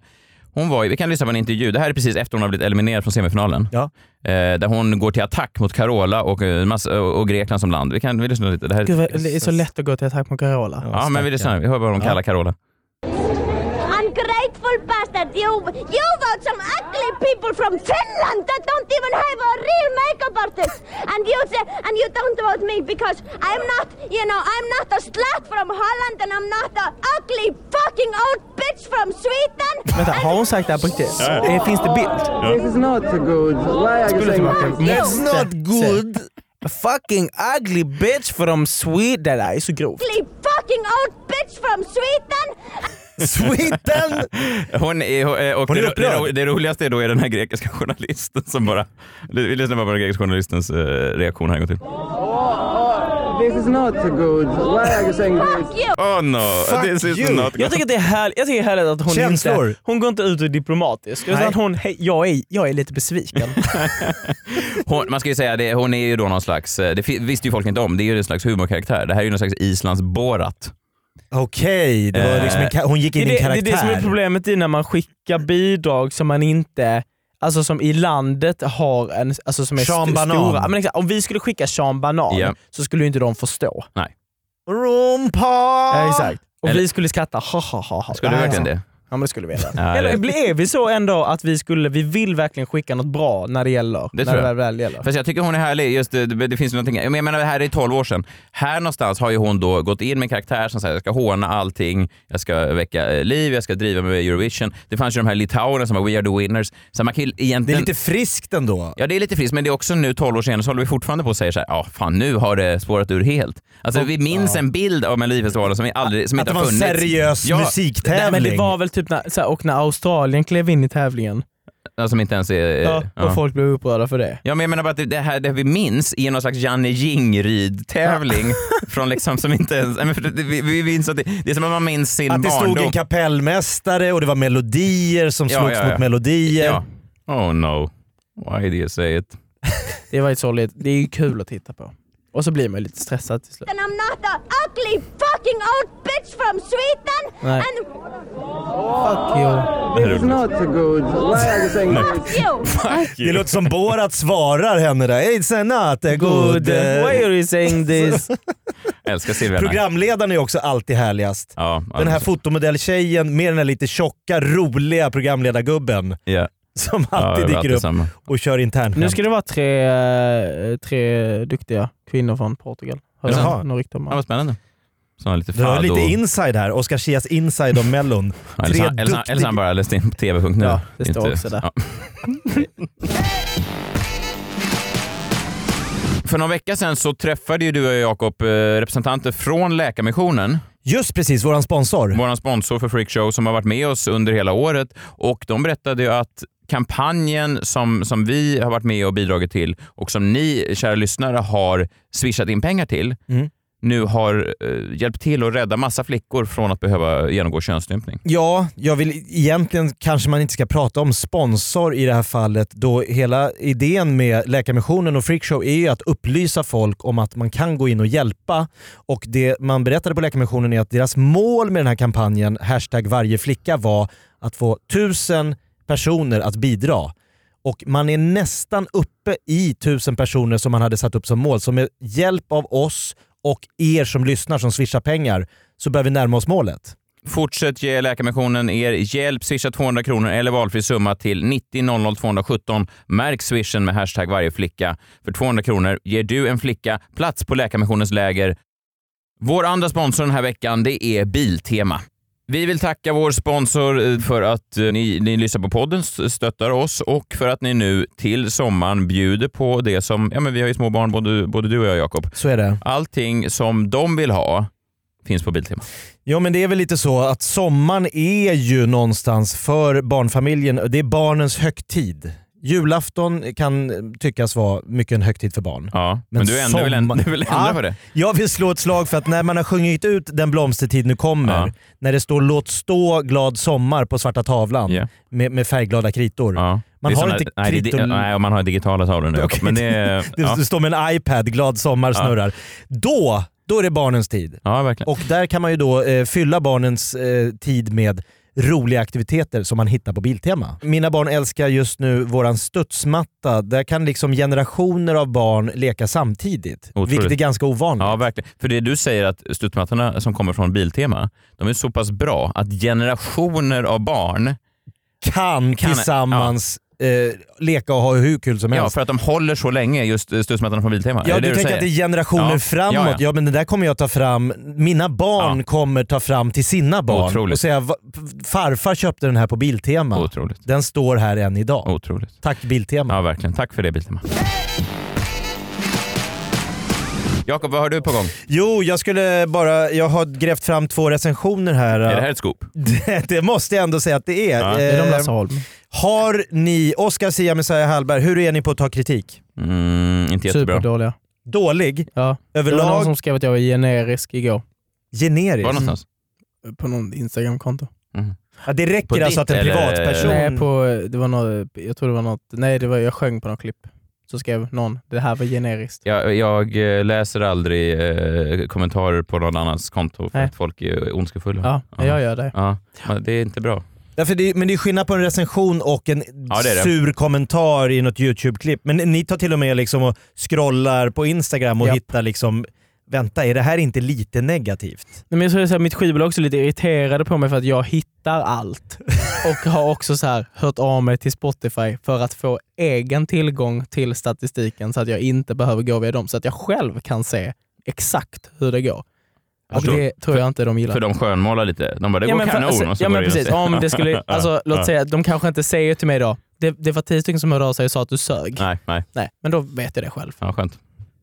S4: Hon var ju, vi kan lyssna på en intervju. Det här är precis efter hon har blivit eliminerad från semifinalen.
S5: Ja.
S4: Eh, där hon går till attack mot Carola och, eh, massa, och och Grekland som land. Vi kan vi lyssnar lite. Det, här,
S6: Gud, vad- det är så lätt att gå till attack mot Carola.
S4: Ja, men vi lyssnar. Vi hör vad de kallar Carola.
S7: Ungrateful bastard! You you vote some ugly people from Finland that don't even have a real makeup artist, and you say, and you don't vote me because I'm not, you know, I'm not a slut from Holland, and I'm not a ugly fucking old bitch from Sweden.
S6: Vänta, har hon sagt det här på riktigt? Eh, Finns det bild? Skulle som att-
S7: It's
S5: not good.
S6: A fucking ugly bitch from Sweden. Det där är så grovt.
S7: Ugly fucking old bitch from Sweden.
S5: Sweden!
S4: Hon är, eh, och
S5: Hon är
S4: det, det,
S5: upprörd.
S4: det roligaste är då är den här grekiska journalisten som bara... Vi lyssnar bara på den grekiska journalistens eh, reaktion här en gång till.
S7: Fuck you.
S4: Oh no,
S5: Fuck
S4: this is
S5: you.
S4: not
S6: Jag tycker det är härligt, jag tycker det är härligt att hon
S5: Känslor.
S6: inte hon går inte ut och är diplomatisk.
S5: Nej.
S6: Utan hon, hej, jag, är, jag är lite besviken.
S4: hon, man ska ju säga det, hon är ju då någon slags, eh, det fi- visste ju folk inte om, det är ju en slags humorkaraktär. Det här är ju någon slags Islands Borat.
S5: Okej, det var liksom en ka- hon gick
S6: det, är
S5: in i en
S6: det, det
S5: karaktär.
S6: är det som är problemet i när man skickar bidrag som man inte Alltså som i landet har en, alltså som är
S5: Sean
S6: st-
S5: Banan.
S6: stora. Ja, Men exakt, om vi skulle skicka Sean Banan
S4: Ja.
S6: så skulle ju inte de förstå.
S5: Rumpa!
S6: Ja, exakt. Och
S4: Eller-
S6: vi skulle skratta ha ha ha ha.
S4: Skulle du
S6: Det här är
S4: verkligen
S6: sant.
S4: det?
S6: men det skulle vi göra.
S4: Nej,
S6: Eller
S4: det-
S6: blir- är vi så en dag att vi, skulle, vi vill verkligen skicka något bra när det gäller?
S4: Det
S6: när
S4: tror jag.
S6: väl, väl gäller.
S4: Fast jag tycker hon är härlig. Just det, det, det finns ju någonting, men jag menar, det här är 12 år sedan. Här någonstans har ju hon då gått in med en karaktär som säger jag ska håna allting, jag ska väcka eh, liv, jag ska driva med Eurovision. Det fanns ju de här litauerna som var We are the winners. Så man kan ju egentligen...
S5: Det är lite friskt ändå.
S4: Ja, det är lite friskt, men det är också nu 12 år senare så håller vi fortfarande på och säger så här, ja fan nu har det spårat ur helt. Alltså vi minns en bild av Melodifestivalen som, vi aldrig, som
S5: Att
S4: inte
S5: det
S4: har
S5: var en
S4: funnits.
S5: seriös
S4: Ja,
S5: musiktävling.
S6: Nej, men det var väl typ när, så här, och när Australien klev in i tävlingen.
S4: Ja, Som inte ens är... eh,
S6: Ja,
S4: ja.
S6: och folk blev upprörda för det.
S4: Ja, men jag menar bara att det- det här det vi minns är någon slags Janne Jingryd-tävling från liksom som inte ens... Nej, men för det, vi, vi minns att det, det är som att man minns sin
S5: Att det
S4: barndom.
S5: stod en kapellmästare och det var melodier som
S4: Ja,
S5: slogs
S4: ja, ja.
S5: mot melodier.
S4: ja. Oh no. Why do you say it?
S6: Det var ju sorgligt. Det är ju kul att titta på. Och så blir man ju lite stressad till slut.
S7: And I'm not the ugly fucking old bitch from Sweden.
S6: Nej.
S7: And
S6: Fuck you.
S7: fuck you.
S5: Det låter som Borat svarar henne där. It's not a good...
S6: Good. Why
S5: eh,
S6: are you saying this?
S4: Jag älskar Silvia. Nacka.
S5: Programledaren är också alltid härligast.
S4: Ja, ja,
S5: Den här
S4: så-
S5: fotomodelltjejen med den här lite tjocka, roliga programledargubben
S4: ja.
S5: som
S4: Ja, det
S5: alltid
S4: var
S5: dyker upp
S4: samma.
S5: och kör internskämt.
S6: Nu ska det vara tre, eh, tre duktiga kvinnor från Portugal. Har
S4: Jaha.
S6: jag några rykten om.
S4: Ja, vad spännande. Så han lite
S5: Du har
S4: fado.
S5: lite inside här. Oskar Chias inside om Mellon.
S4: Ja, eller,
S5: Tre
S4: så han, eller, så han, eller så
S5: duktiga...
S4: han bara läste in på tv.nu.
S6: Ja, det står också där.
S4: ja. För någon vecka sedan så träffade ju du och jag, Jakob eh, representanter från Läkarmissionen.
S5: Just precis, våran sponsor.
S4: Vår sponsor för Freak Show som har varit med oss under hela året och de berättade ju att kampanjen som, som vi har varit med och bidragit till och som ni, kära lyssnare, har swishat in pengar till
S5: Mm.
S4: nu har eh, hjälpt till att rädda massa flickor från att behöva genomgå könsstympning.
S5: Ja, jag vill egentligen kanske man inte ska prata om sponsor i det här fallet då hela idén med Läkarmissionen och Freakshow är ju att upplysa folk om att man kan gå in och hjälpa. Och det man berättade på Läkarmissionen är att deras mål med den här kampanjen, hashtag varje flicka, var att få tusen personer att bidra. Och man är nästan uppe i tusen personer som man hade satt upp som mål. Så med hjälp av oss och er som lyssnar som swishar pengar så börjar vi närma oss målet.
S4: Fortsätt ge Läkarmissionen er hjälp. Swisha 200 kronor eller valfri summa till 90 00 217. Märk swishen med hashtag varje flicka. För 200 kronor ger du en flicka plats på Läkarmissionens läger. Vår andra sponsor den här veckan, det är Biltema. Vi vill tacka vår sponsor eh, för att eh, ni, ni lyssnar på podden, s- stöttar oss och för att ni nu till sommaren bjuder på det som, ja men vi har ju små barn både, både du och jag Jakob.
S5: Så är det.
S4: Allting som de vill ha finns på Biltema.
S5: Ja men det är väl lite så att sommaren är ju någonstans för barnfamiljen, det är barnens högtid. Julafton kan tyckas vara mycket en högtid för barn.
S4: Ja, men,
S5: Men
S4: du, ändrar vill ändå,
S5: sommar-
S4: du vill ändra
S5: Ja.
S4: på det?
S5: Jag vill slå ett slag för att när man har sjungit ut Den blomstertid nu kommer,
S4: Ja.
S5: när det står “Låt stå glad sommar” på svarta tavlan
S4: Ja.
S5: med, med färgglada kritor.
S4: Ja.
S5: Man
S4: Det är
S5: har
S4: såna-
S5: inte
S4: nej, det, är-
S5: kritor-
S4: nej, man har digitala tavlor nu.
S5: Okej.
S4: Men det, är-
S5: Det
S4: ja.
S5: står med en iPad “Glad sommar” snurrar. Då, då är det barnens tid.
S4: ja, verkligen.
S5: Och där kan man ju då eh, fylla barnens eh, tid med roliga aktiviteter som man hittar på Biltema. Mina barn älskar just nu våran studsmatta. Där kan liksom generationer av barn leka samtidigt.
S4: Otroligt.
S5: Vilket är ganska ovanligt.
S4: Ja, verkligen. För det du säger att studsmattorna som kommer från Biltema, de är så pass bra att generationer av barn,
S5: Kan,
S4: Kan-
S5: tillsammans eh, leka och ha hur kul som
S4: ja,
S5: helst.
S4: för att de håller så länge, just eh, studsmattorna från Biltema.
S5: Ja,
S4: är det
S5: du tänker att det är
S4: säger?
S5: generationer
S4: Ja.
S5: framåt. Ja,
S4: Ja, ja.
S5: men det där kommer jag ta fram. Mina barn kommer ta fram till sina barn
S4: Otroligt.
S5: och säga "Va- farfar köpte den här på Biltema.
S4: Otroligt.
S5: Den står här än idag.
S4: Otroligt.
S5: Tack Biltema.
S4: Ja, verkligen. Tack för det Biltema. Jakob, vad har du på gång?
S5: Jo, jag skulle bara... Jag har grävt fram två recensioner här.
S4: Är det här ett scoop?
S5: det, det måste jag ändå säga att det är.
S4: Ja.
S6: Är de
S5: Eh,
S6: Lasseholm?
S5: har ni... Oscar Zia Messiah Hallberg, hur är ni på att ta kritik?
S4: Mm, inte jättebra.
S6: Superdåliga.
S5: Dålig?
S6: Ja. Det var
S5: Överlag?
S4: alltså-
S6: någon som skrev att jag var generisk igår.
S4: Var
S5: Generisk?
S4: någonstans?
S6: På någon Instagram-konto.
S5: Ja, det
S4: På
S5: räcker alltså
S4: ditt
S5: att en
S4: eller-
S5: privatperson...
S6: Nej, på, det var något, jag tror det var något, nej det var, jag sjöng på något klipp. Så skrev någon, det här var generiskt.
S4: Jag, jag eh, läser aldrig eh, kommentarer på någon annans konto för
S6: Nej.
S4: att folk är ondskefulla.
S6: Ja,
S4: Ja.
S6: jag gör det.
S4: Ja, men det är inte bra.
S5: Därför det, men det är skillnad på en recension och en
S4: Ja, det är det.
S5: sur kommentar i något YouTube-klipp. Men ni tar till och med liksom och scrollar på Instagram och
S6: Japp.
S5: hittar liksom vänta, är det här inte lite negativt?
S6: Nej, men jag skulle säga, att mitt skivbolag är också lite irriterade på mig för att jag hittar allt. Och har också så här, hört av mig till Spotify för att få egen tillgång till statistiken så att jag inte behöver gå via dem. Så att jag själv kan se exakt hur det går.
S4: Jag
S6: Och
S4: förstår.
S6: det tror jag inte de gillar.
S4: För de skönmålar lite. De bara, det
S6: ja,
S4: går
S6: men för-
S4: kanon.
S6: alltså,
S4: och så
S6: ja,
S4: går
S6: men
S4: det
S6: precis.
S4: igen.
S6: Om det skulle, alltså,
S4: Ja.
S6: låt säga, de kanske inte säger till mig då, det, det var tio stycken som hörde av sig och sa att du sög. Nej.
S4: Nej, nej.
S6: men då vet jag det själv.
S4: Ja, skönt.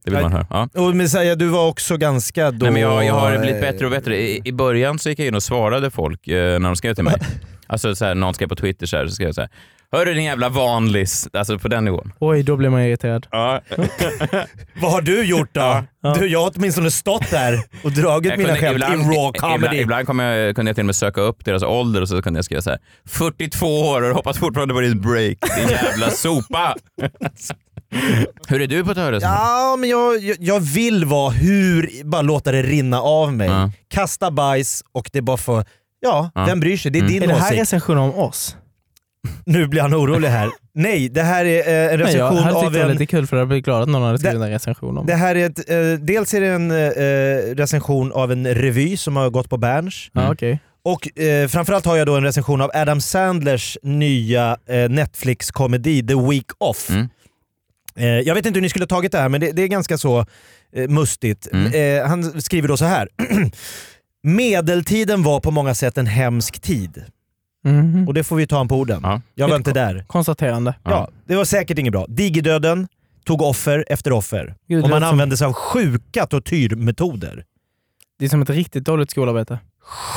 S4: Det vill
S5: Ja.
S4: man höra. Ja.
S5: Och Messiah, du var också ganska då...
S4: Nej, men jag, jag har blivit
S5: eh,
S4: bättre och bättre. I, I början så gick jag in och svarade folk eh, när de skrev till mig. Alltså så här, någon skrev på Twitter så, här, så skrev jag så här. Hörru din jävla vanlis. Alltså på den nivån.
S6: Oj, då blir man irriterad.
S4: Ja,
S5: Vad har du gjort då? Du, jag har åtminstone stått där och dragit mina skämt i raw
S4: ibland,
S5: comedy.
S4: ibland kom jag, kunde jag till och med söka upp deras ålder och så kunde jag skriva så här. 42 år och hoppas fortfarande på ditt break, din jävla sopa. Hur är du på törre?
S5: Ja, men jag, jag, jag vill vara hur, bara låta det rinna av mig.
S4: Ja.
S5: Kasta bajs och det bara får, ja,
S4: Ja.
S5: den bryr sig. Det är
S4: Mm.
S5: din
S6: Är det här
S5: åsikt.
S6: recensioner om oss?
S5: Nu blir han orolig här. Nej, det här är eh, en
S6: Nej, jag
S5: recension
S6: hade tyckt
S5: av
S6: det var
S5: en...
S6: lite kul för jag blev glad att någon hade skrivit
S5: Det-
S6: en recension om
S5: Det här är ett, eh, dels är det en eh, recension av en revy som har gått på Berns.
S6: Ja, okej.
S5: Och eh, framförallt har jag då en recension av Adam Sandlers nya eh, Netflix-komedi The Week Off.
S4: Mm.
S5: Eh, jag vet inte hur ni skulle ha tagit det här, men det, det är ganska så eh, mustigt.
S4: Mm.
S5: Eh, han skriver då så här. Medeltiden var på många sätt en hemsk tid.
S6: Mhm.
S5: Och det får vi ta honom på orden.
S4: Ja.
S5: Jag var inte där.
S6: Konstaterande.
S5: Ja, det var säkert inget bra. Digerdöden tog offer efter offer.
S6: Gud, det
S5: och man
S6: lät som-
S5: använde sig av sjuka tortyrmetoder.
S6: Det är som ett riktigt dåligt skolarbete.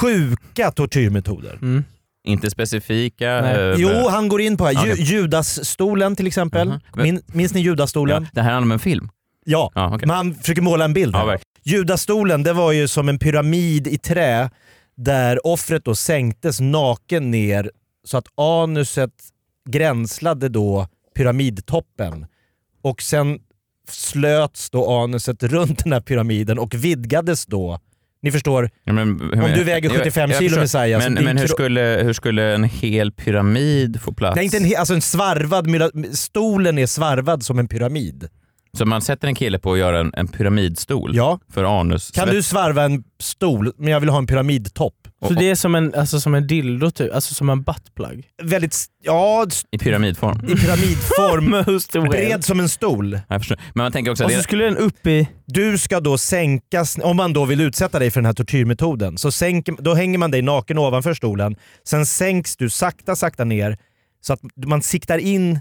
S5: Sjuka tortyrmetoder.
S6: Mm.
S4: Inte specifika?
S6: Nej.
S4: eh,
S5: Jo, han går in på det här. Ju,
S4: Okej.
S5: Judasstolen till exempel.
S4: Mhm. Men-
S5: Min, minns ni
S4: ja,
S5: Judasstolen?
S4: det här handlar om en film?
S5: Ja.
S4: Ja, okej.
S5: Men han försöker måla en bild.
S4: Ja,
S5: här.
S4: verkligen.
S5: Judastolen, det var ju som en pyramid i trä där offret då sänktes naken ner så att anuset gränslade då pyramidtoppen. Och sen slöts då anuset runt den här pyramiden och vidgades då. Ni förstår,
S4: Ja, men, hur
S5: om
S4: menar-
S5: du väger
S4: jag-
S5: 75
S4: jag
S5: kilo
S4: förstår.
S5: Messiah. så
S4: Men,
S5: din
S4: men hur,
S5: kro-
S4: skulle, hur skulle en hel pyramid få plats?
S5: Nej, inte en, he- alltså en svarvad... myra- Stolen är svarvad som en pyramid.
S4: Så man sätter en kille på att göra en, en pyramidstol
S5: Ja.
S4: för anus?
S5: Kan du svarva en stol, men jag vill ha en pyramidtopp?
S4: Och-
S6: Så
S4: och-
S6: det är som en, alltså, som en dildo typ, alltså som en buttplug.
S5: Väldigt... s- Ja, s-
S4: I pyramidform?
S5: i pyramidform.
S6: Men hur stor är
S5: Bred som en stol.
S4: Jag förstår. Men man tänker också att
S6: den? Och så
S4: det,
S6: skulle den upp i...
S5: Du ska då sänkas, om man då vill utsätta dig för den här tortyrmetoden, så sänker, då hänger man dig naken ovanför stolen. Sen sänks du sakta, sakta ner så att man siktar in...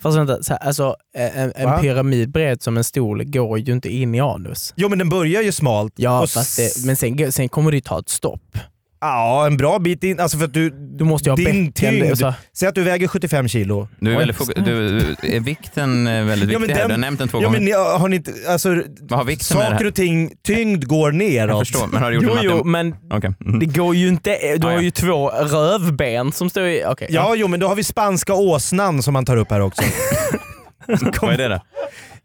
S6: Fast vänta, så här, alltså, en,
S5: Va?
S6: en pyramid bred som en stol går ju inte in i anus.
S5: Jo men den börjar ju smalt.
S6: Ja,
S5: och
S6: fast
S5: s-
S6: det, men sen, sen kommer det ju ta ett stopp.
S5: Ja, en bra bit in. Alltså för att du...
S6: Du måste ju ha
S5: din
S6: bäcken,
S5: tyngd.
S6: alltså.
S5: Säg att du väger 75 kilo.
S4: du är,
S6: Oj,
S4: väldigt fok- du, är vikten eh, väldigt viktig
S5: Ja, men
S4: här?
S5: den-
S4: Du har nämnt den två
S5: Ja,
S4: gånger.
S5: men ni- har ni inte... Alltså,
S4: Vad har vikten med det
S5: saker
S4: här?
S5: och ting, tyngd går
S4: Jag
S5: neråt.
S4: förstår, men har du gjort
S6: Jo,
S4: en
S6: jo,
S4: matte-
S6: men
S4: Okej. Mm.
S6: det går ju inte. Du
S4: Ja,
S6: har
S4: ja.
S6: ju två rövben som står i... Okej.
S5: Mm. Ja, jo, men då har vi spanska åsnan som man tar upp här också.
S4: Vad är det då?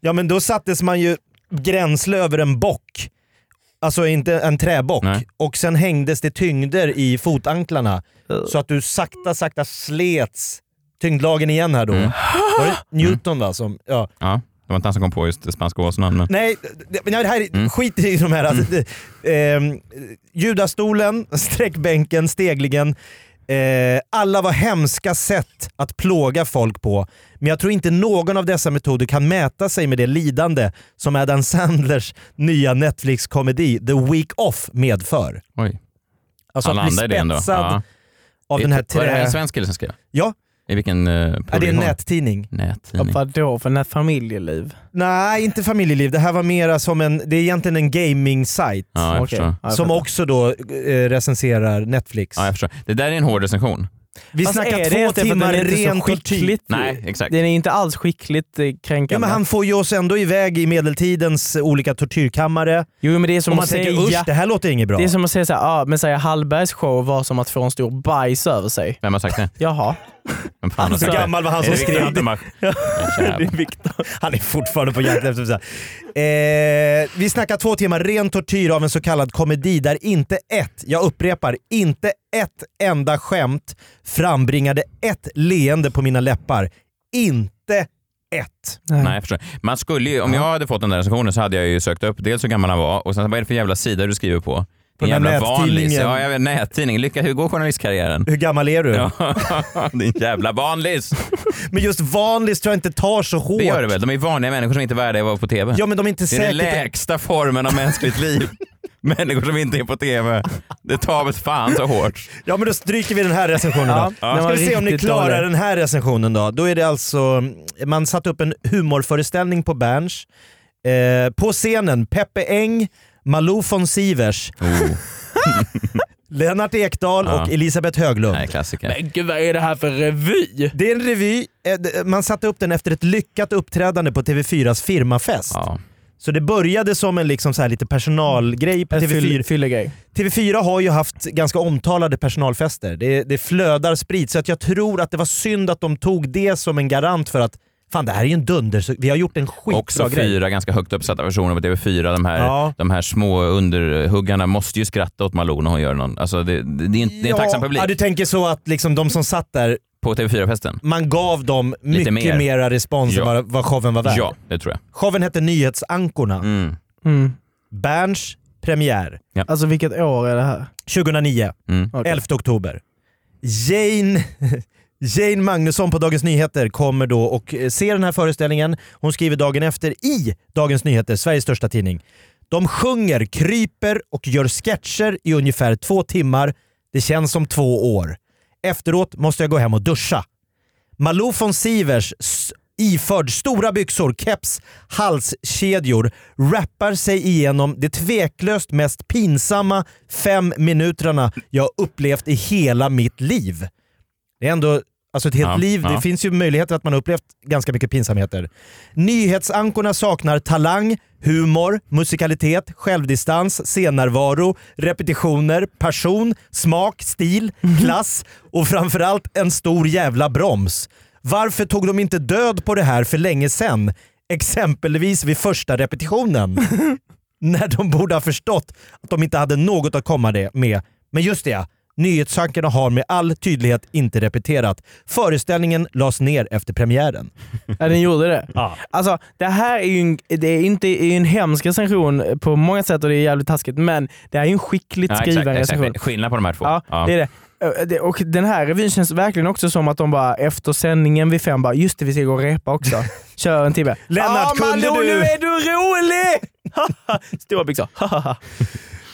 S5: Ja, men då sattes man ju gränsle över en bock. Alltså inte en träbock.
S4: Nej.
S5: Och sen hängdes det tyngder i fotanklarna. Så att du sakta, sakta slets tyngdlagen igen här då.
S4: Mm.
S5: Var det Newton va? Som, ja.
S4: Ja, det var inte han som kom på just det spanska åsnan. Men...
S5: Nej, det, men det här, är-
S4: Mm.
S5: skit i de här. Alltså, det, ehm, judastolen, sträckbänken, steglingen. Eh, alla var hemska sätt att plåga folk på. Men jag tror inte någon av dessa metoder kan mäta sig med det lidande som Adam Sandlers nya Netflix-komedi The Week Off medför.
S4: Oj.
S5: Alltså
S4: han
S5: att bli
S4: landade i det ändå.
S5: spetsad
S4: Ja.
S5: av den här
S4: Var det här en
S5: trä...
S4: svensk kille som skrev?
S5: Ja,
S4: I vilken eh,
S5: är det är en
S4: publikform?
S5: nättidning.
S6: Ja,
S4: Nättidning.
S6: vadå för nä- familjeliv?
S5: Nej, inte familjeliv. Det här var mera som en... Det är egentligen en gaming-sajt.
S4: Ja, jag
S6: Okej.
S4: förstår.
S6: Ja, jag
S5: Som
S6: fattar.
S5: också då eh, recenserar Netflix.
S4: Ja, jag förstår. Det där är en hård recension.
S5: Vi
S6: Fast
S5: snackar
S6: är det
S5: två
S6: inte för att
S5: timmar
S6: den är inte så
S5: ren tortyr.
S6: skickligt?
S4: Nej, exakt.
S6: Den är inte alls skickligt eh, kränkande.
S5: Ja, men han får ju oss ändå iväg i medeltidens olika tortyrkammare.
S6: Jo, men det är som
S5: och man
S6: att säga...
S5: tänker usch,
S6: ja,
S5: det här låter inget bra.
S6: det är som att säga såhär, ah, men säga Hallbergs show var som att få en stor bajs över sig.
S4: Vem har sagt det?
S6: Jaha.
S4: Vem fan
S5: Hur
S4: har sagt det?
S5: gammal var han
S4: Är
S5: som
S4: det Viktor
S5: skrev det?
S4: Antemach? Jävlar.
S5: Han är fortfarande på jakt efter... Eh, vi snackar två timmar ren tortyr av en så kallad komedi där inte ett, jag upprepar, inte ett enda skämt frambringade ett leende på mina läppar. Inte ett.
S4: Nej, jag förstår. Man skulle ju, om jag hade fått den där recensionen så hade jag ju sökt upp dels hur gammal han var och sen vad är det för jävla sida du skriver på?
S5: På
S4: Din
S5: den här
S4: jävla vanlis.
S5: nättidningen.
S4: Ja, jag vet, nättidning. Lycka, hur går journalistkarriären?
S5: Hur gammal är du?
S4: Ja, din jävla vanlis.
S5: Men just vanlis tror jag inte tar så hårt.
S4: Det gör det väl? De är vanliga människor som inte är värda att vara på TV.
S5: Ja men de är inte
S4: det är den
S5: säkert...
S4: lägsta formen av mänskligt liv. Människor som inte är på TV. Det tar väl fan så hårt.
S5: Ja men då stryker vi den här recensionen
S6: Ja,
S5: då.
S6: den
S5: Ska
S6: var
S5: vi se om ni
S6: riktigt
S5: klarar
S6: dålig.
S5: den här recensionen då. Då är det alltså, man satte upp en humorföreställning på Berns. Eh, på scenen Peppe Eng, Malou von Sivers, Lennart Ekdal
S4: Ja.
S5: och Elisabeth Höglund.
S4: Nej, klassiker.
S6: Men gud, vad är det här för revy?
S5: Det är en revy, eh, d- man satte upp den efter ett lyckat uppträdande på TV4s firmafest.
S4: Ja.
S5: Så det började som en liksom så här lite personalgrej på
S6: En
S5: TV4.
S6: fyll- fyllegrej.
S5: TV4 har ju haft ganska omtalade personalfester. Det, det flödar sprit, så att jag tror att det var synd att de tog det som en garant för att fan det här är ju en dunder, så vi har gjort en skitbra
S4: Också
S5: grej.
S4: fyra ganska högt uppsatta personer på TV4. De här,
S5: Ja.
S4: de här små underhuggarna måste ju skratta åt Malou när hon gör någon. Alltså det, det, det, är, en, det är en tacksam publik
S5: Ja, du tänker så att liksom de som satt där,
S4: på TV4-festen.
S5: man gav dem mycket
S4: mer.
S5: mera respons
S4: Ja.
S5: än vad, vad showen var värd.
S4: Ja, det tror jag.
S5: Showen hette Nyhetsankorna.
S4: Mm.
S6: Mm.
S5: Berns premiär
S6: Alltså vilket år är det här?
S5: 2009,
S4: Mm.
S6: Okej.
S5: 11 oktober. Jane, Jane Magnusson på Dagens Nyheter kommer då och eh, ser den här föreställningen. Hon skriver dagen efter i Dagens Nyheter, Sveriges största tidning. De sjunger, kryper och gör sketcher i ungefär två timmar. Det känns som två år. Efteråt måste jag gå hem och duscha. Malou von Sivers s- iförd stora byxor, keps, halskedjor rappar sig igenom det tveklöst mest pinsamma fem minuterna jag upplevt i hela mitt liv. Det är ändå alltså ett helt
S4: Ja,
S5: liv. Det
S4: ja.
S5: finns ju möjligheter att man har upplevt ganska mycket pinsamheter. Nyhetsankorna saknar talang, humor, musikalitet, självdistans, scennärvaro, repetitioner, person, smak, stil,
S4: Mm.
S5: klass och framförallt en stor jävla broms. Varför tog de inte död på det här för länge sedan? Exempelvis vid första repetitionen. när de borde ha förstått att de inte hade något att komma det- med. Men just det, ja. nyhetsankarna har med all tydlighet inte repeterat. Föreställningen lades ner efter premiären.
S6: Ja, den gjorde det. Alltså, det här är ju en, det är inte det är en hemsk recension på många sätt och det är jävligt taskigt, men det här är ju en skickligt
S4: Ja,
S6: skriven
S4: exakt,
S6: recension.
S4: exakt. Skillnad på de här två.
S6: Ja, det är det. Ö, det. Och den här revyn känns verkligen också som att de bara efter sändningen vid fem bara, just det vi ska gå och repa också. Kör en timme.
S5: Lennart,
S6: "Ah,
S5: kunde
S6: Malou,
S5: du?"
S6: nu är du rolig! Stora byxor.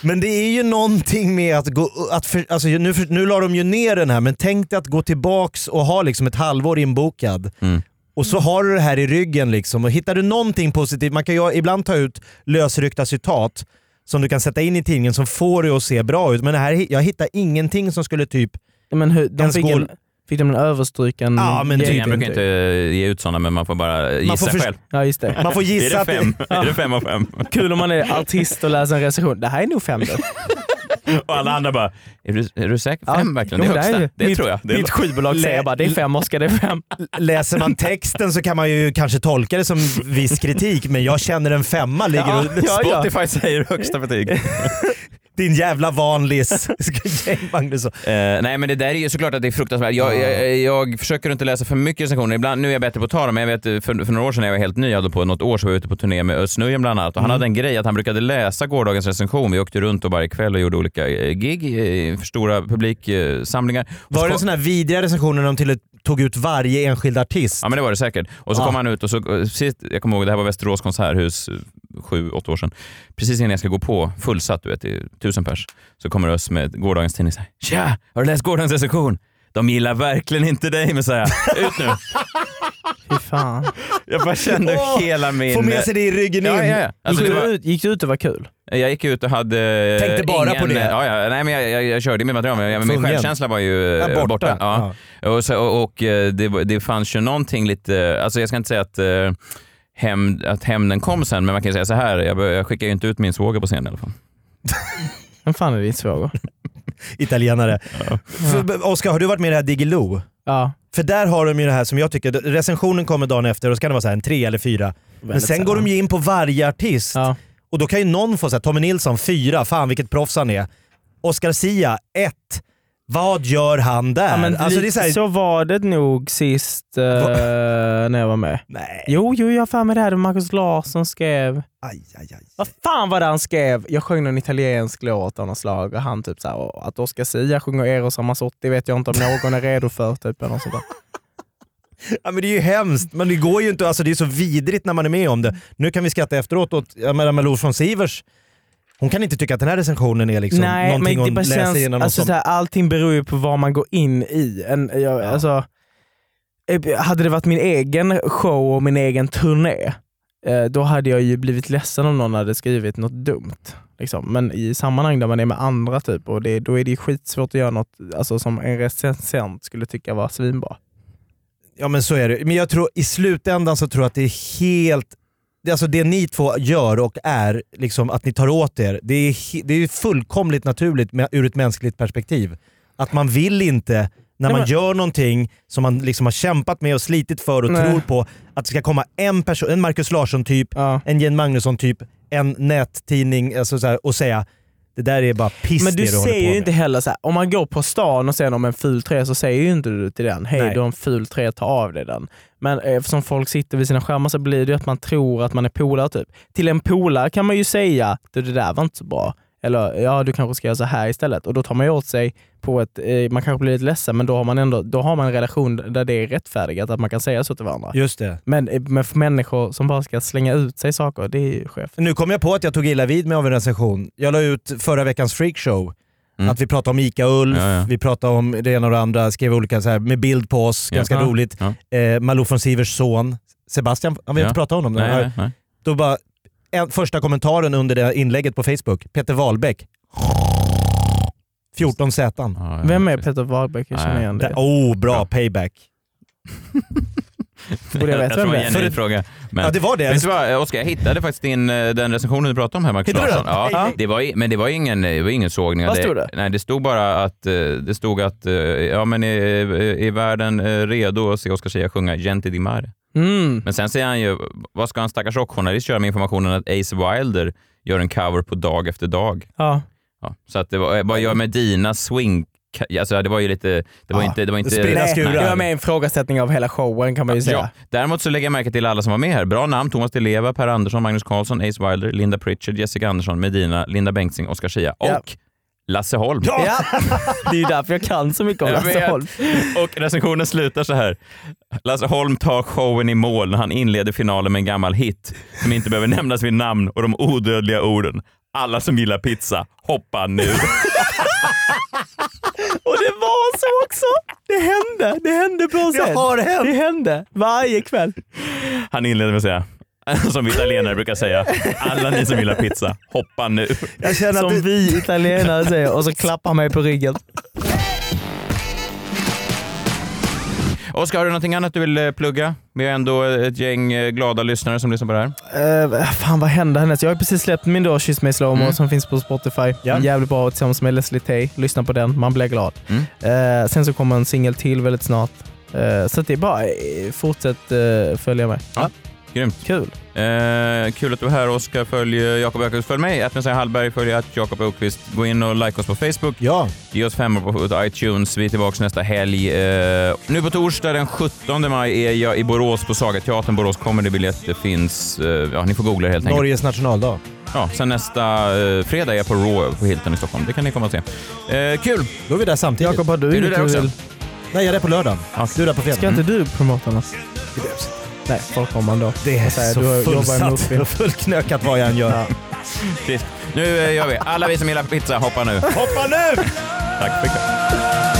S5: Men det är ju någonting med att gå... Att för, alltså nu, för, nu la de ju ner den här, men tänk dig att gå tillbaks och ha liksom ett halvår inbokad.
S6: Mm.
S5: Och så har du det här i ryggen liksom. Och hittar du någonting positivt, man kan ju ibland ta ut lösryckta citat som du kan sätta in i tidningen som får det att se bra ut. Men det här, jag hittar ingenting som skulle typ
S6: men hur, de
S5: En
S6: fick,
S5: skål.
S6: en, fick de en överstruken...
S5: Ja, men
S6: grej?
S5: typ.
S4: Jag brukar inte eh, ge ut sådana, men man får bara gissa
S5: får förs-
S4: själv.
S6: Ja, just det.
S5: Man får
S4: Är
S5: gissa
S4: det
S5: att det-
S4: fem? Är det fem av fem?
S6: Kul om man är artist och läser en recension. Det här är nog fem då.
S4: Och alla andra bara, är du, är du säker? Fem verkligen?
S6: jo,
S4: det är högsta.
S6: ju-
S4: Det,
S6: mitt,
S4: tror jag. Det är
S6: mitt skivbolag säger bara det är fem Oscar, det är fem.
S5: läser man texten så kan man ju kanske tolka det som viss kritik, men jag känner en femma ligger och...
S6: Ja, ja.
S4: Spotify säger högsta betyg.
S5: Din jävla vanlis. Jane Magnusson.
S4: Eh, nej men det där är ju såklart att det är fruktansvärt. Jag, jag, jag försöker inte läsa för mycket recensioner. Ibland, nu är jag bättre på att ta dem, men jag vet eh, för, för några år sedan när jag var helt ny, jag hade på något år så var jag ute på turné med Özz Nujen bland annat och han
S5: Mm.
S4: hade en grej att han brukade läsa gårdagens recension. Vi åkte runt och varje kväll och gjorde olika eh, gig eh, för stora publiksamlingar.
S5: Var det en sån här vidriga recension när de till och tog ut varje enskild artist?
S4: Ja men det var det säkert. Och så
S5: Ja.
S4: kom han ut och så, precis, jag kommer ihåg, det här var Västerås konserthus, eh, sju, åtta år sedan. Precis innan jag ska gå på, fullsatt du vet, det är tusen pers, så kommer Özz med gårdagens tidning så här, Tja, har du läst gårdagens recension? De gillar verkligen inte dig, men säger jag. ut nu.
S6: Fy fan.
S4: Jag bara kände
S5: Åh,
S4: hela min... eh,
S5: Få med sig det i ryggen
S4: ja,
S5: in.
S4: ja, ja.
S6: Gick,
S4: Alltså, det
S6: du
S4: var,
S6: ut, gick du ut och var kul?
S4: jag gick ut och hade... eh,
S5: Tänkte bara
S4: ingen,
S5: på det.
S4: Ja, ja, nej, men jag, jag, jag körde mitt material, men jag- min
S5: Tvungen.
S4: självkänsla var ju eh,
S5: Ja, borta.
S4: borta. Ja. Och, så, och, och eh, det, var- det fanns ju någonting lite, alltså jag ska inte säga att, eh, hämnd- att hämnden kom sen, men man kan ju säga så här, jag, be- jag skickar ju inte ut min svåger på scenen i alla fall.
S6: Vem fan är din svåger?
S5: Italienare. För, Oskar, har du varit med i det här Diggiloo?
S6: Ja.
S5: För där har de ju det här som jag tycker, recensionen kommer dagen efter och då ska det vara så här en tre eller fyra. Men
S6: Väldigt
S5: sen går de ju in på varje artist.
S6: Ja.
S5: Och då kan ju någon få såhär, Tommy Nilsson fyra, fan vilket proffs han är. Oscar Sia ett. Vad gör han där?
S6: Ja, men
S5: alltså, det är
S6: lite
S5: så här,
S6: så var det nog sist eh, när jag var med.
S5: Nej.
S6: Jo, jo, jag har för mig det här. Markus Larsson skrev...
S5: Aj, aj, aj.
S6: Vad fan var det han skrev? Jag sjöng någon italiensk låt av något slag och han typ såhär, "Åh, att Oscar Sia sjunger Eros Ramazzotti vet jag inte om någon är redo för. Typ, eller något sånt där.
S5: Ja, men det är ju hemskt, men det går ju inte. Alltså, det är så vidrigt när man är med om det. Nu kan vi skratta efteråt åt jag menar, Malou från Sivers. Hon kan inte tycka att den här recensionen är liksom
S6: Nej, men
S5: någonting
S6: det
S5: hon
S6: bara
S5: läser
S6: känns,
S5: igenom. och
S6: alltså,
S5: som-
S6: såhär, allting beror ju på vad man går in i. En, jag, alltså, eh, hade det varit min egen show och min egen turné, eh, då hade jag ju blivit ledsen om någon hade skrivit något dumt. Liksom. Men i sammanhang där man är med andra, typ, och det, då är det ju skitsvårt att göra något alltså, som en recensent skulle tycka var svinbra.
S5: Ja men så är det. Men jag tror i slutändan så tror jag att det är helt... det- Alltså det ni två gör och är, liksom, att ni tar åt er, det är, he- det är fullkomligt naturligt med, ur ett mänskligt perspektiv. Att man vill inte, när man
S6: men-
S5: gör någonting som man liksom har kämpat med och slitit för och
S6: Nej.
S5: tror på, att det ska komma en person, en Marcus Larsson-typ,
S6: Ja.
S5: en Jane Magnusson-typ, en nättidning alltså så här, och säga det där är bara piss
S6: Men du
S5: det du håller på
S6: säger ju
S5: med."
S6: inte heller så här, om man går på stan och ser någon med en ful trä så säger ju inte du till den, hej
S5: Nej.
S6: du har en ful trä, ta av dig den. Men eh, eftersom folk sitter vid sina skärmar så blir det ju att man tror att man är polare typ. Till en polare kan man ju säga, du det där var inte så bra. Eller ja, du kanske ska göra så här istället. Och då tar man ju åt sig på ett, eh, man kanske blir lite ledsen men då har man ändå, då har man en relation där det är rättfärdigat att man kan säga så till varandra.
S5: Just det.
S6: Men, eh, men för människor som bara ska slänga ut sig saker, det är ju skevt.
S5: Nu kom jag på att jag tog illa vid mig av en recension. Jag la ut förra veckans freakshow. Att vi pratade om Ica-Ulf,
S4: Mm. Ja, ja.
S5: vi pratade om det ena och det andra, skrev olika så här med bild på oss,
S4: Ja.
S5: ganska
S4: Ja.
S5: roligt. Eh, Malou von Sivers son, Sebastian, han vill
S4: Ja.
S5: inte prata om honom.
S4: Nej,
S5: Den här-
S4: nej, nej.
S5: Då bara, en, första kommentaren under det inlägget på Facebook, Peter Wahlbeck. 14 Z.
S4: Ja, ja,
S6: Vem är
S4: precis.
S6: Peter Wahlbeck? Jag känner
S4: Nej.
S6: igen
S5: Där-
S6: det.
S5: Oh, bra payback.
S6: Borde jag veta
S4: tror
S6: vem det
S4: det var
S6: är?
S4: en genuin fråga. Men...
S5: Ja, det var det.
S4: Vet du vad, eh, Oskar, jag hittade faktiskt din, eh, den recensionen du pratade om här, Marcus
S5: Hittade du
S4: Larsson.
S5: den?
S4: Ja,
S5: Ja.
S4: det var, i- men det var ingen, eh, det var ingen sågning.
S6: Vad stod det?
S4: Nej, det stod bara att, eh, det stod att eh, ja, men är, är världen eh, redo att se Oscar Zia sjunga Gente di Mare?
S6: Mm.
S4: Men sen säger han ju, vad ska en stackars rockjournalist göra med informationen att Ace Wilder gör en cover på Dag efter dag?
S6: Ja.
S4: Ja, så att det var, eh, vad gör med dina swing... Alltså det var ju lite... Det var
S6: Ah,
S5: Ja,
S4: inte... Det var inte
S5: sprida
S4: Nej.
S5: skurar.
S6: Det var med en frågeställning av hela showen kan man ju
S4: Ja.
S6: säga.
S4: Däremot så lägger jag märke till alla som var med här. Bra namn. Thomas Di Leva, Per Andersson, Magnus Karlsson, Ace Wilder, Linda Pritchard, Jessica Andersson, Medina, Linda Bengtzing, Oscar Schia och
S6: Ja.
S4: Lasse Holm.
S6: Ja. Det är ju därför jag kan så mycket om
S4: Jag
S6: Lasse
S4: vet.
S6: Holm.
S4: Och recensionen slutar så här. Lasse Holm tar showen i mål när han inleder finalen med en gammal hit som inte behöver nämnas vid namn och de odödliga orden. Alla som gillar pizza, hoppa nu.
S6: Och det var så också! Det hände, det hände på
S5: Det
S6: scen.
S5: har hänt.
S6: Det hände varje kväll.
S4: Han inleder med att säga, som vi italienare brukar säga, alla ni som gillar pizza, hoppa nu.
S5: Jag känner
S6: Som
S5: att det,
S6: vi italienare säger och så klappar han mig på ryggen.
S4: Oskar, har du någonting annat du vill eh, plugga? Vi har ändå ett gäng eh, glada lyssnare som lyssnar på det här.
S6: Eh, fan vad hände hennes? Jag har precis släppt min då Kyss mig slowmo som finns på Spotify.
S5: Mm. Ja.
S6: Jävligt bra tillsammans med Leslie Tay. Lyssna på den, man blir glad. Eh, sen så kommer en singel till väldigt snart. Eh, så att det är bara eh, fortsätt eh, följa mig.
S4: Ja. Grymt.
S6: Kul.
S4: Eh, kul att du är här Oskar. Följ eh, Jakob Öqvist. Följ mig, att Hallberg. Följ att Jakob Öqvist. Gå in och like oss på Facebook.
S5: ja,
S4: Ge oss femmor på- på iTunes. Vi är tillbaka nästa helg. Eh, nu på torsdag den 17 maj är jag i Borås på Sagateatern. Borås Comedy-biljetter finns. Eh, ja, ni får googla det helt enkelt.
S5: Norges nationaldag.
S4: Ja, sen nästa eh, fredag är jag på Raw på Hilton i Stockholm. Det kan ni komma och se. Eh, kul!
S5: Då är vi där samtidigt.
S6: Jakob, har du
S4: Är du
S6: inget
S4: där
S6: du
S4: också?
S6: vill?
S5: Nej, jag är där på lördagen. Du är där på fredag.
S6: Ska inte du promota något? Nej, folk kommer ändå.
S5: Det är
S6: Jag säger,
S5: så
S6: du jobbar emot
S5: fullsatt
S6: vind.
S5: och fullknökat vad jag än gör.
S4: Trist. Nu eh, gör vi. Alla vi som gillar pizza, hoppa nu.
S5: Hoppa nu!
S4: Tack för ikväll.